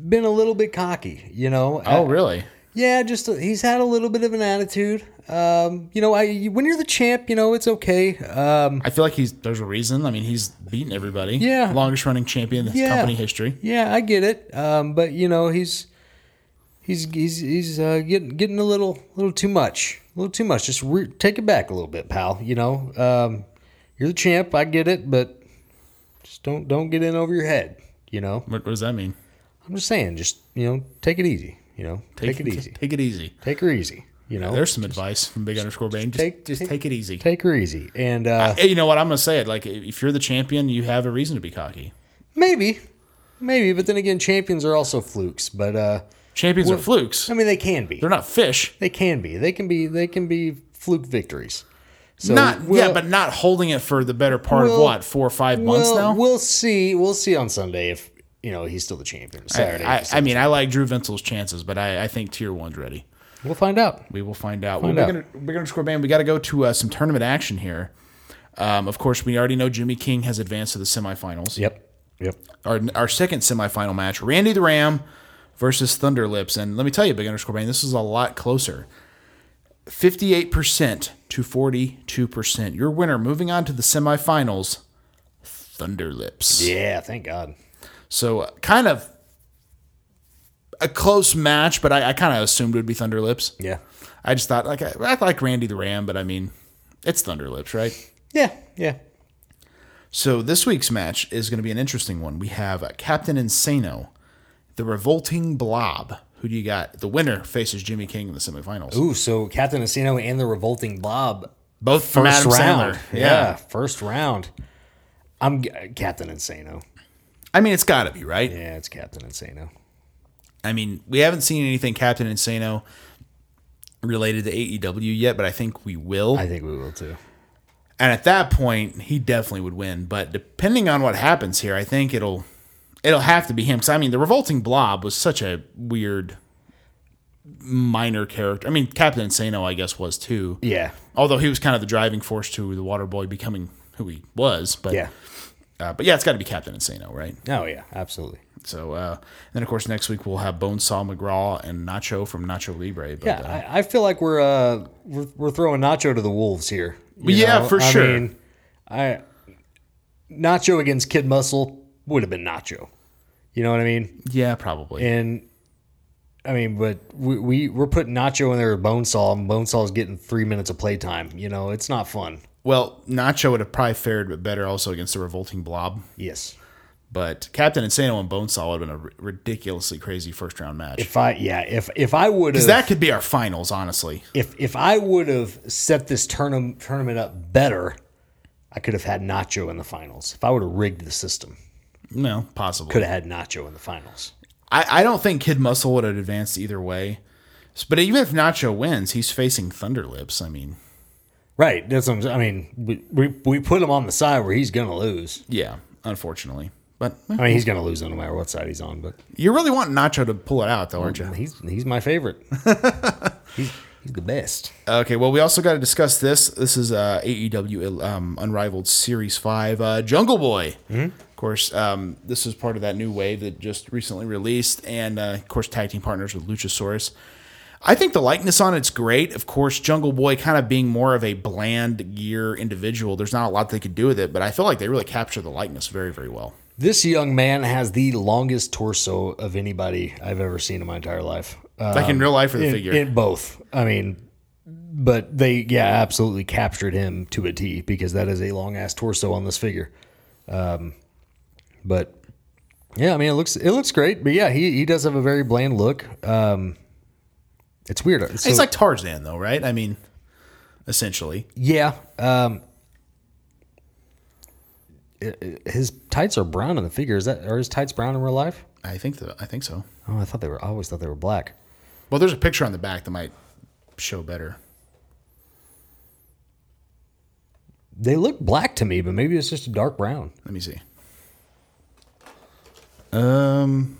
Speaker 4: been a little bit cocky, you know.
Speaker 3: Oh,
Speaker 4: Uh,
Speaker 3: really?
Speaker 4: yeah, just he's had a little bit of an attitude. Um, you know, I when you're the champ, you know it's okay. Um,
Speaker 3: I feel like he's there's a reason. I mean, he's beaten everybody.
Speaker 4: Yeah.
Speaker 3: Longest running champion in
Speaker 4: Yeah.
Speaker 3: company history.
Speaker 4: yeah, I get it. Um, but you know he's he's he's he's uh, getting getting a little little too much, a little too much. Just re- take it back a little bit, pal. You know, um, you're the champ. I get it, but just don't don't get in over your head. You know,
Speaker 3: What, what does that mean?
Speaker 4: I'm just saying, just you know, take it easy. You know, take, it easy.
Speaker 3: Take it easy.
Speaker 4: Take her easy. You know,
Speaker 3: There's some advice from Big Underscore Bane. Just,
Speaker 4: take-
Speaker 3: just
Speaker 4: take-
Speaker 3: take, it easy.
Speaker 4: take her easy, and uh,
Speaker 3: Hey, Eh, you know what? I'm gonna say it. Like, if you're the champion, you have a reason to be cocky.
Speaker 4: maybe, maybe. But then again, champions are also flukes. But uh,
Speaker 3: Champions are flukes.
Speaker 4: I mean, they can be.
Speaker 3: They're not fish.
Speaker 4: They can be. They can be. They can be fluke victories. So
Speaker 3: not yeah,
Speaker 4: we'll-
Speaker 3: but not holding it for the better part of
Speaker 4: we'll-
Speaker 3: what four or five months
Speaker 4: we'll,
Speaker 3: now.
Speaker 4: we'll see. We'll see on Sunday if you know he's still the champion. Saturday.
Speaker 3: I,
Speaker 4: if
Speaker 3: I mean, I like Drew Vinsel's chances, but I, I think Tier One's ready.
Speaker 4: we'll find out.
Speaker 3: We will find out.
Speaker 4: Find
Speaker 3: well,
Speaker 4: out.
Speaker 3: We're, gonna, we're gonna score band. We got to go to uh, some tournament action here. Um, of course, we already know Jimmy King has advanced to the semifinals.
Speaker 4: Yep. Yep.
Speaker 3: Our, our second semifinal match: Randy the Ram versus Thunder Lips. And let me tell you, Big Underscore Band, this is a lot closer. Fifty-eight percent to forty-two percent. Your winner moving on to the semifinals. Thunder Lips.
Speaker 4: Yeah. Thank God.
Speaker 3: So uh, kind of a close match, but I, I kind of assumed it would be Thunder Lips.
Speaker 4: Yeah.
Speaker 3: I just thought like I, I like Randy the Ram, but I mean it's Thunder Lips, right?
Speaker 4: Yeah. Yeah.
Speaker 3: So this week's match is going to be an interesting one. We have uh, Captain Insano, the Revolting Blob. Who do you got? The winner faces Jimmy King in the semifinals.
Speaker 4: Ooh. So Captain Asino and the Revolting Bob
Speaker 3: Both from
Speaker 4: first
Speaker 3: Adam
Speaker 4: round.
Speaker 3: Sandler.
Speaker 4: Yeah. First round. I'm g- Captain Insano.
Speaker 3: I mean it's got to be right.
Speaker 4: Yeah, it's Captain Insano.
Speaker 3: I mean, we haven't seen anything Captain Insano related to AEW yet, but I think we will.
Speaker 4: I think we will too.
Speaker 3: And at that point, he definitely would win. But depending on what happens here, I think it'll it'll have to be him. Because I mean, the revolting blob was such a weird minor character. I mean, Captain Insano, I guess, was too.
Speaker 4: Yeah.
Speaker 3: Although he was kind of the driving force to the Water Boy becoming who he was. But
Speaker 4: Yeah.
Speaker 3: uh, but yeah, it's got to be Captain Insano, right?
Speaker 4: Oh yeah. Absolutely.
Speaker 3: So uh, and then of course next week we'll have Bonesaw McGraw and Nacho from Nacho Libre. But,
Speaker 4: Yeah,
Speaker 3: uh,
Speaker 4: I, I feel like we're uh we're, we're throwing Nacho to the wolves here. you
Speaker 3: Yeah, for sure.
Speaker 4: I mean, I Nacho against Kid Muscle would have been Nacho. You know what I mean?
Speaker 3: yeah, probably.
Speaker 4: And I mean, but we, we we're putting Nacho in there with Bonesaw, and Bonesaw's getting three minutes of playtime. You know, it's not fun.
Speaker 3: Well, Nacho would have probably fared better also against the revolting blob,
Speaker 4: Yes.
Speaker 3: but Captain Insano and Bonesaw would have been a ri- ridiculously crazy first round match.
Speaker 4: If I yeah, if if I would have
Speaker 3: Because that could be our finals, honestly.
Speaker 4: if if I would have set this tournament tournament up better, I could have had Nacho in the finals. If I would have rigged the system,
Speaker 3: No, possibly.
Speaker 4: could have had Nacho in the finals.
Speaker 3: I, I don't think Kid Muscle would have advanced either way. S- But even if Nacho wins, he's facing Thunderlips. I mean,
Speaker 4: Right. That's what I'm, I mean, we, we we put him on the side where he's gonna lose.
Speaker 3: yeah, unfortunately. But eh.
Speaker 4: I mean, he's gonna lose no matter what side he's on. But
Speaker 3: you really want Nacho to pull it out, though, aren't you?
Speaker 4: he's he's my favorite. he's he's the best.
Speaker 3: Okay, well, we also got to discuss this. This is uh, AEW um, Unrivaled Series 5 uh, Jungle Boy. Of course, um, this is part of that new wave that just recently released, and uh, of course, tag team partners with Luchasaurus. I think the likeness on it's great. Of course, Jungle Boy kind of being more of a bland gear individual. There's not a lot they could do with it, but I feel like they really capture the likeness very, very well.
Speaker 4: This young man has the longest torso of anybody I've ever seen in my entire life. Uh,
Speaker 3: Like in real life or the
Speaker 4: in,
Speaker 3: figure.
Speaker 4: in both. I mean, but they yeah absolutely captured him to a T because that is a long ass torso on this figure. Um, but yeah, I mean it looks it looks great. But yeah, he he does have a very bland look. Um, it's weird. So-
Speaker 3: it's like Tarzan, though, right? I mean, essentially.
Speaker 4: Yeah. Um, i- i- his tights are brown in the figure. Is that are his tights brown in real life?
Speaker 3: I think, the, I think so.
Speaker 4: Oh, I thought they were. I always thought they were black.
Speaker 3: Well, there's a picture on the back that might show better.
Speaker 4: They look black to me, but maybe it's just a dark brown.
Speaker 3: Let me see. Um.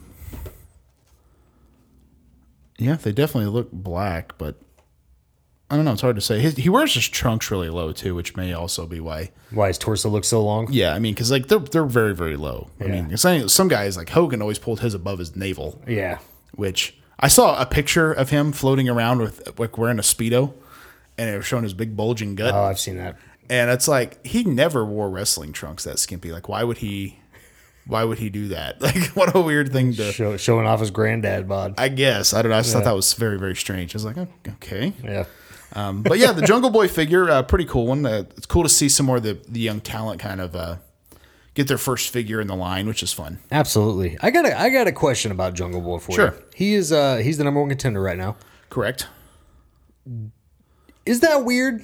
Speaker 3: Yeah, they definitely look black, but I don't know. It's hard to say. His, he wears his trunks really low too, which may also be why.
Speaker 4: Why his torso looks so long?
Speaker 3: Yeah, I mean, because like they're they're very very low. I mean, it's not- some guys like Hogan always pulled his above his navel,
Speaker 4: Yeah.
Speaker 3: which I saw a picture of him floating around with like wearing a speedo, and it was showing his big bulging gut.
Speaker 4: Oh, I've seen that.
Speaker 3: And it's like he never wore wrestling trunks that skimpy. Like why would he why would he do that? Like what a weird thing to
Speaker 4: Show, showing off his granddad bod.
Speaker 3: I guess. I don't know. I just thought that was very, very strange. I was like, "Oh, okay.
Speaker 4: yeah.
Speaker 3: Um, but yeah, the Jungle Boy figure, uh, pretty cool one. Uh, it's cool to see some more of the, the young talent kind of uh, get their first figure in the line, which is fun.
Speaker 4: Absolutely. I got a I got a question about Jungle Boy for
Speaker 3: Sure.
Speaker 4: you. He is uh he's the number one contender right now.
Speaker 3: Correct?
Speaker 4: Is that weird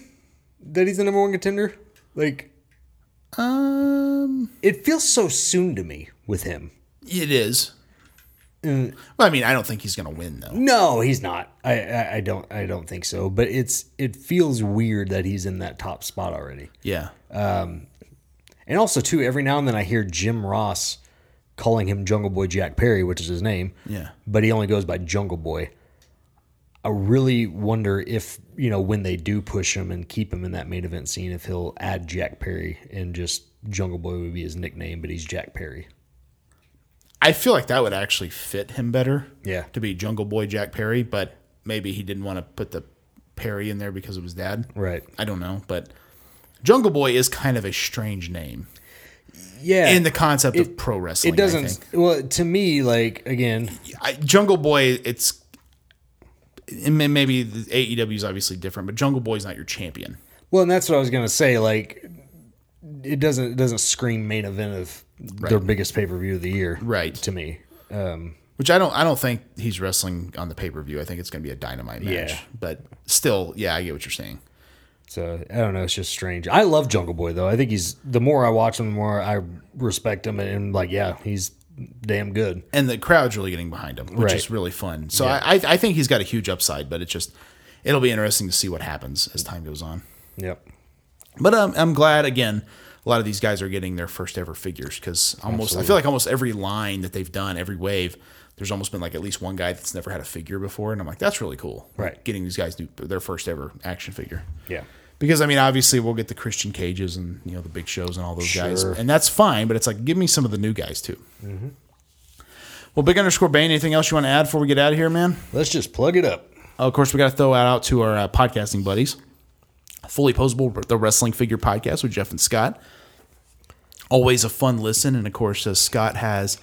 Speaker 4: that he's the number one contender? Like
Speaker 3: Um,
Speaker 4: it feels so soon to me with him.
Speaker 3: it is. Well, I mean, I don't think he's going to win, though.
Speaker 4: No, he's not. I, I I don't I don't think so. But it's it feels weird that he's in that top spot already.
Speaker 3: Yeah.
Speaker 4: And also too, every now and then I hear Jim Ross calling him Jungle Boy Jack Perry, which is his name.
Speaker 3: Yeah.
Speaker 4: But he only goes by Jungle Boy. I really wonder if, you know, when they do push him and keep him in that main event scene, if he'll add Jack Perry and just Jungle Boy would be his nickname, but he's Jack Perry.
Speaker 3: I feel like that would actually fit him better.
Speaker 4: Yeah.
Speaker 3: To be Jungle Boy Jack Perry, but maybe he didn't want to put the Perry in there because of his dad.
Speaker 4: Right.
Speaker 3: I don't know, but Jungle Boy is kind of a strange name
Speaker 4: Yeah.
Speaker 3: in the concept of pro wrestling.
Speaker 4: it
Speaker 3: I
Speaker 4: doesn't
Speaker 3: think.
Speaker 4: well to me like again
Speaker 3: I- Jungle Boy, it's and may- maybe the AEW is obviously different, but Jungle Boy's not your champion.
Speaker 4: Well, and that's what I was gonna say. Like, it doesn't it doesn't scream main event of their biggest pay per view of the year,
Speaker 3: Right.
Speaker 4: To me,
Speaker 3: Which I don't. I don't think he's wrestling on the pay per view. I think it's going to be a dynamite match.
Speaker 4: Yeah.
Speaker 3: But still, yeah, I get what you're saying.
Speaker 4: so I don't know. It's just strange. I love Jungle Boy though. I think he's the more I watch him, the more I respect him, and, like, yeah, he's damn good.
Speaker 3: and the crowd's really getting behind him, which
Speaker 4: Right.
Speaker 3: is really fun. So I, I, I think he's got a huge upside, but it's just it'll be interesting to see what happens as time goes on.
Speaker 4: Yep.
Speaker 3: But um, I'm glad again. A lot of these guys are getting their first ever figures because almost I feel like almost every line that they've done, every wave, there's almost been like at least one guy that's never had a figure before, and I'm like, that's really cool.
Speaker 4: Right.
Speaker 3: getting these guys do their first ever action figure.
Speaker 4: Yeah.
Speaker 3: Because I mean, obviously, we'll get the Christian Cages and you know the Big Shows and all those guys,
Speaker 4: Sure.
Speaker 3: and that's fine. But it's like, give me some of the new guys too. Well, Big Underscore Bane, anything else you want to add before we get out of here, man?
Speaker 4: Let's just plug it up.
Speaker 3: Oh, of course, we got to throw that out to our uh, podcasting buddies. Fully Posable, the Wrestling Figure Podcast with Jeff and Scott. Always a fun listen, and of course, uh, Scott has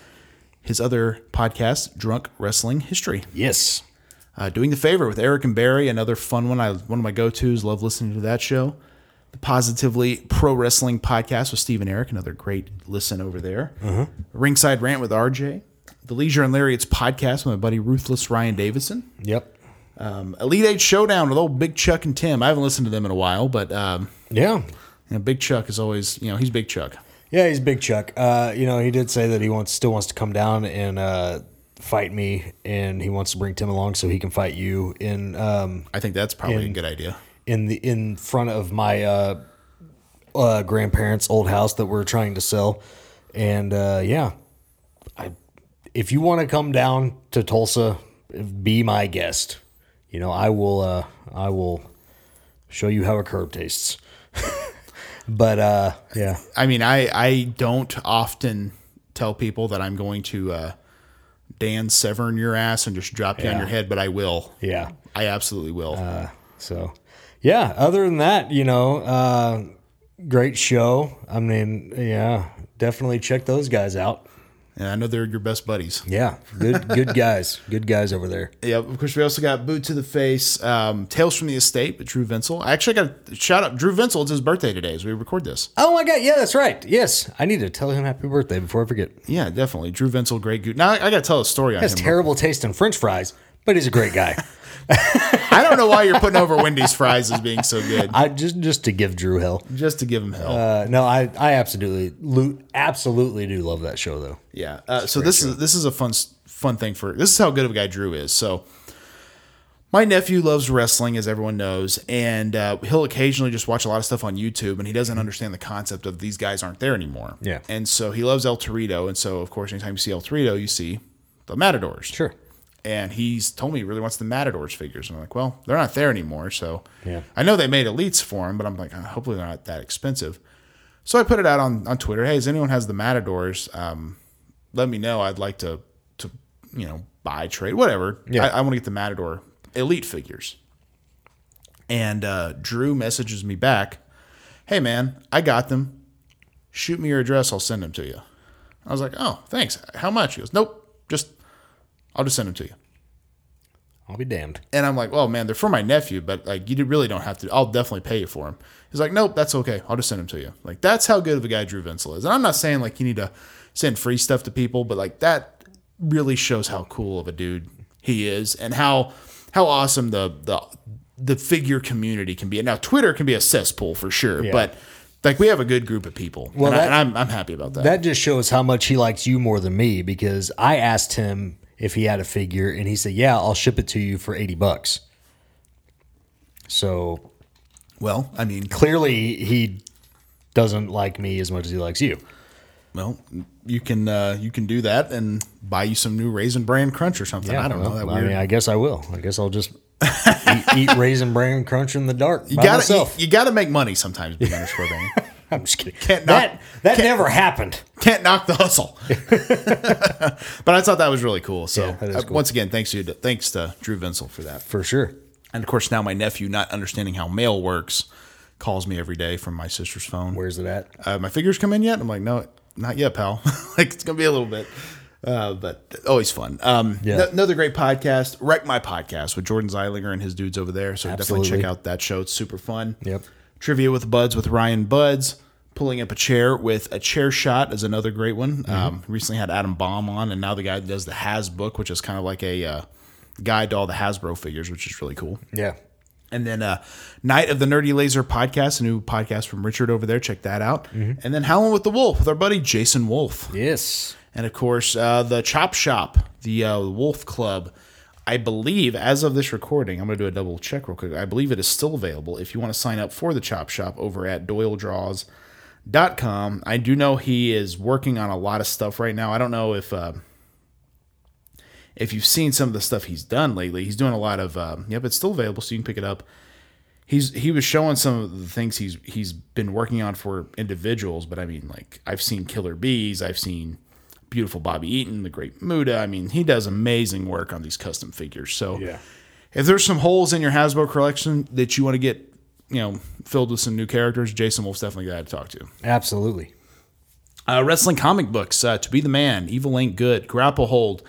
Speaker 3: his other podcast, Drunk Wrestling History.
Speaker 4: Yes.
Speaker 3: uh, doing the favor with Eric and Barry. Another fun one. I one of my go tos. Love listening to that show. The Positively Pro Wrestling Podcast with Steve and Eric. Another great listen over there. Ringside Rant with RJ. The Leisure and Lariats podcast with my buddy Ruthless Ryan Davidson.
Speaker 4: Yep.
Speaker 3: Um, Elite Eight Showdown with old Big Chuck and Tim. I haven't listened to them in a while, but um,
Speaker 4: Yeah.
Speaker 3: you know, Big Chuck is always, you know, he's Big Chuck.
Speaker 4: Yeah, he's Big Chuck. Uh, you know, he did say that he wants still wants to come down and uh, fight me, and he wants to bring Tim along so he can fight you in um,
Speaker 3: I think that's probably a
Speaker 4: And-
Speaker 3: good idea.
Speaker 4: in the in front of my uh, uh, grandparents' old house that we're trying to sell. And uh, yeah, I if you want to come down to Tulsa, be my guest. You know, I will uh, I will show you how a curb tastes. but uh, yeah,
Speaker 3: I mean, I I don't often tell people that I'm going to uh, Dan Severn your ass and just drop you on
Speaker 4: Yeah.
Speaker 3: your head, but I will.
Speaker 4: yeah.
Speaker 3: I absolutely will.
Speaker 4: So, yeah, other than that, you know, uh, great show. I mean, yeah, definitely check those guys out.
Speaker 3: and I know they're your best buddies.
Speaker 4: Yeah, good, good guys, good guys over there.
Speaker 3: Yeah, of course. We also got boot to the face, um, tales from the estate with Drew Vinsel. I actually got a shout out Drew Vinsel. It's his birthday today as we record this.
Speaker 4: Oh my God, yeah, that's right. Yes, I need to tell him happy birthday before I forget.
Speaker 3: Yeah, definitely. Drew Vinsel, great goot. Now I, I got to tell a story on
Speaker 4: He has
Speaker 3: him.
Speaker 4: terrible taste in French fries, but he's a great guy.
Speaker 3: I don't know why you're putting over Wendy's fries as being so good.
Speaker 4: I just just to give Drew hell.
Speaker 3: Just to give him hell.
Speaker 4: Uh, no, I I absolutely lo- absolutely do love that show though.
Speaker 3: Yeah. Uh, so this is this is a fun s- fun thing for this is how good of a guy Drew is. So my nephew loves wrestling, as everyone knows, and uh, he'll occasionally just watch a lot of stuff on YouTube, and he doesn't understand the concept of these guys aren't there anymore.
Speaker 4: Mm-hmm. Yeah.
Speaker 3: And so he loves El Torito, and so of course, anytime you see El Torito, you see the Matadors.
Speaker 4: Sure.
Speaker 3: And he's told me he really wants the Matadors figures. And I'm like, well, they're not there anymore. So
Speaker 4: Yeah.
Speaker 3: I know they made elites for him, but I'm like, uh, hopefully they're not that expensive. So I put it out on, on Twitter. Hey, does anyone has the Matadors? Um, let me know. I'd like to to you know buy, trade, whatever.
Speaker 4: Yeah.
Speaker 3: I, I want to get the Matador elite figures. And uh, Drew messages me back, "Hey man, I got them. Shoot me your address. I'll send them to you." I was like, "Oh, thanks. How much?" He goes, "Nope. Just I'll just send them to you."
Speaker 4: I'll be damned.
Speaker 3: And I'm like, well, man, they're for my nephew, but like, you really don't have to. I'll definitely pay you for them. He's like, nope, that's okay. I'll just send them to you. Like, that's how good of a guy Drew Vinsel is. And I'm not saying like you need to send free stuff to people, but like that really shows how cool of a dude he is and how how awesome the the the figure community can be. And now Twitter can be a cesspool for sure, but like we have a good group of people. Well, and,
Speaker 4: that-
Speaker 3: I, am I'm happy about that.
Speaker 4: That just shows how much he likes you more than me because I asked him if he had a figure and he said, "Yeah, I'll ship it to you for 80 bucks." So,
Speaker 3: well, I mean,
Speaker 4: clearly he doesn't like me as much as he likes you.
Speaker 3: Well, you can uh, you can do that and buy you some new Raisin Bran Crunch or something. I don't know. That
Speaker 4: well, I
Speaker 3: weird.
Speaker 4: mean, I guess I will. I guess I'll just eat, eat raisin bran crunch in the dark by
Speaker 3: you gotta
Speaker 4: myself.
Speaker 3: you, you gotta make money sometimes. Being underscore Bang.
Speaker 4: I'm just kidding.
Speaker 3: Can't knock-
Speaker 4: that that never happened.
Speaker 3: Can't knock the hustle. but I thought that was really cool. So
Speaker 4: Yeah, that is
Speaker 3: uh,
Speaker 4: cool.
Speaker 3: once again, thanks you to, thanks to Drew Vinsel for that.
Speaker 4: For sure.
Speaker 3: And of course, now my nephew, not understanding how mail works, calls me every day from my sister's phone.
Speaker 4: Where's it at?
Speaker 3: uh, my figures come in yet? I'm like, no, not yet, pal. like it's gonna be a little bit, uh, but always fun. Um,
Speaker 4: Yeah.
Speaker 3: no- another great podcast, wreck my podcast with Jordan Zeilinger and his dudes over there. So definitely
Speaker 4: Absolutely.
Speaker 3: check out that show. It's super fun.
Speaker 4: Yep.
Speaker 3: Trivia with Buds with Ryan Buds. Pulling up a chair with a chair shot is another great one.
Speaker 4: Mm-hmm.
Speaker 3: Um, recently had Adam Baum on, and now the guy that does the Has book, which is kind of like a uh, guide to all the Hasbro figures, which is really cool.
Speaker 4: Yeah.
Speaker 3: And then uh, Night of the Nerdy Laser podcast, a new podcast from Richard over there. Check that out. And then Howling with the Wolf with our buddy Jason Wolf.
Speaker 4: Yes.
Speaker 3: And of course, uh, the Chop Shop, the uh, Wolf Club. I believe, as of this recording, I'm going to do a double check real quick. I believe it is still available if you want to sign up for the Chop Shop over at doyledraws.com. I do know he is working on a lot of stuff right now. I don't know if. Uh, if you've seen some of the stuff he's done lately, he's doing a lot of. Um, yep, it's still available, so you can pick it up. He's he was showing some of the things he's he's been working on for individuals, but I mean, like I've seen Killer Bees, I've seen beautiful Bobby Eaton, the Great Muda. I mean, he does amazing work on these custom figures. So if there's some holes in your Hasbro collection that you want to get, you know, filled with some new characters, Jason Wolf's definitely the guy to talk to.
Speaker 4: Absolutely.
Speaker 3: Uh, wrestling comic books, uh, To Be the Man, Evil Ain't Good, Grapple Hold,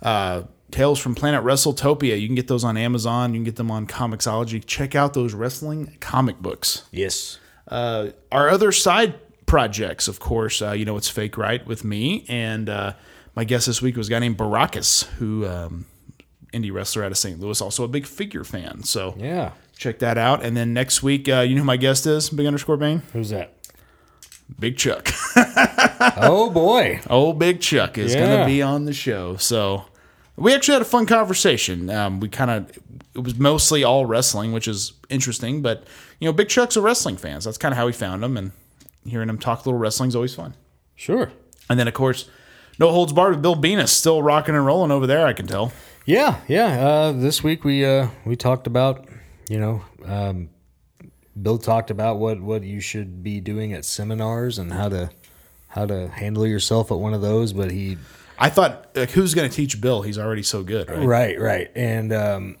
Speaker 3: uh, Tales from Planet WrestleTopia. You can get those on Amazon. You can get them on Comixology. Check out those wrestling comic books.
Speaker 4: Yes.
Speaker 3: Uh, our other side projects, of course, uh, you know, it's Fake Right with me. And uh, my guest this week was a guy named Barakas, who um, indie wrestler out of St. Louis, also a big figure fan. So
Speaker 4: Yeah.
Speaker 3: check that out. And then next week, uh, you know who my guest is? Big underscore Bane?
Speaker 4: Who's that?
Speaker 3: Big Chuck.
Speaker 4: Oh boy.
Speaker 3: Old Big Chuck is going
Speaker 4: Yeah.
Speaker 3: to be on the show. So we actually had a fun conversation. Um, we kind of it was mostly all wrestling, which is interesting. But you know, Big Chuck's a wrestling fan. So that's kind of how we found him, and hearing him talk a little wrestling is always fun.
Speaker 4: Sure.
Speaker 3: And then of course, no holds barred with Bill Venus still rocking and rolling over there. I can tell.
Speaker 4: Yeah, yeah. Uh, this week we uh, we talked about, you know, um, Bill talked about what what you should be doing at seminars and how to how to handle yourself at one of those. But he
Speaker 3: I thought, like, who's going to teach Bill? He's already so good, right?
Speaker 4: right, right, and um,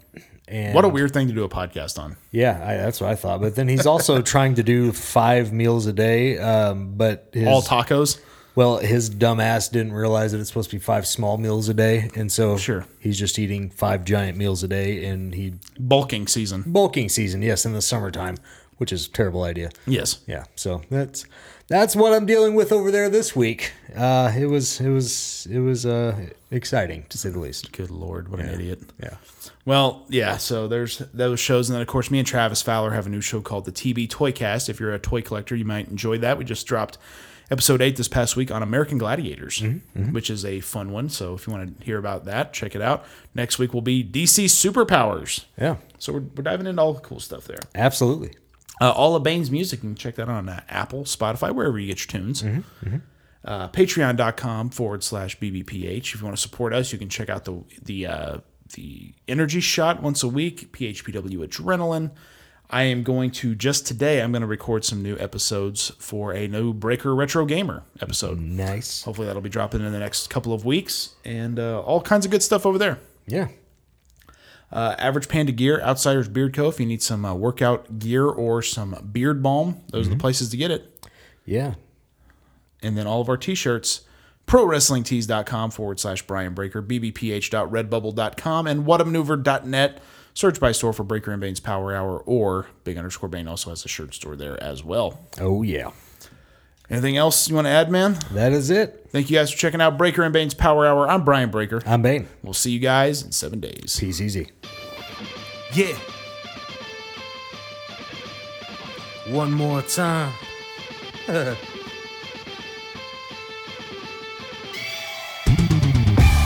Speaker 4: and
Speaker 3: What a weird thing to do a podcast on.
Speaker 4: yeah, I, that's what I thought. But then he's also trying to do five meals a day. Um, but his,
Speaker 3: All tacos.
Speaker 4: Well, his dumb ass didn't realize that it's supposed to be five small meals a day, and so
Speaker 3: Sure.
Speaker 4: he's just eating five giant meals a day, and he
Speaker 3: Bulking season.
Speaker 4: bulking season, yes, in the summertime, which is a terrible idea.
Speaker 3: Yes.
Speaker 4: Yeah, so that's that's what I'm dealing with over there this week. Uh, it was it was it was uh, exciting to say the least.
Speaker 3: Good lord, what an idiot.
Speaker 4: Yeah,
Speaker 3: Well, yeah. So there's those shows, and then of course, me and Travis Fowler have a new show called the TB Toycast. If you're a toy collector, you might enjoy that. We just dropped episode eight this past week on American Gladiators, which is a fun one. So if you want to hear about that, check it out. Next week will be DC Superpowers.
Speaker 4: yeah,
Speaker 3: So we're, we're diving into all the cool stuff there.
Speaker 4: absolutely.
Speaker 3: Uh, all of Bane's music, you can check that on uh, Apple, Spotify, wherever you get your tunes. Uh, Patreon.com forward slash BBPH. If you want to support us, you can check out the the uh, the energy shot once a week, PHPW Adrenaline. I am going to just today. I'm going to record some new episodes for a new Breaker Retro Gamer episode.
Speaker 4: Mm-hmm. Nice.
Speaker 3: Hopefully that'll be dropping in the next couple of weeks, and uh, all kinds of good stuff over there.
Speaker 4: Yeah,
Speaker 3: Uh, Average Panda Gear, Outsiders Beard Co. If you need some uh, workout gear or some beard balm, those are the places to get it.
Speaker 4: yeah.
Speaker 3: And then all of our t shirts, prowrestlingtees.com forward slash Brian Breaker, bbph.redbubble.com, and whatamaneuver.net. Search by store for Breaker and Bane's Power Hour, or Big underscore Bane also has a shirt store there as well.
Speaker 4: Oh yeah.
Speaker 3: Anything else you want to add, man?
Speaker 4: That is it.
Speaker 3: Thank you guys for checking out Breaker and Bane's Power Hour. I'm Brian Breaker.
Speaker 4: I'm Bane.
Speaker 3: We'll see you guys in seven days.
Speaker 4: Peace easy.
Speaker 2: Yeah. One more time.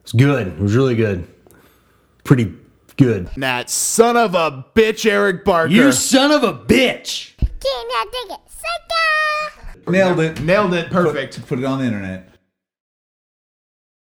Speaker 4: It's good. It was really good. Pretty good.
Speaker 3: That son of a bitch, Eric Barker.
Speaker 8: son of a bitch!
Speaker 9: King, I dig it. Sucker!
Speaker 8: Nailed it.
Speaker 10: Nailed it. Perfect.
Speaker 8: Put it on the internet.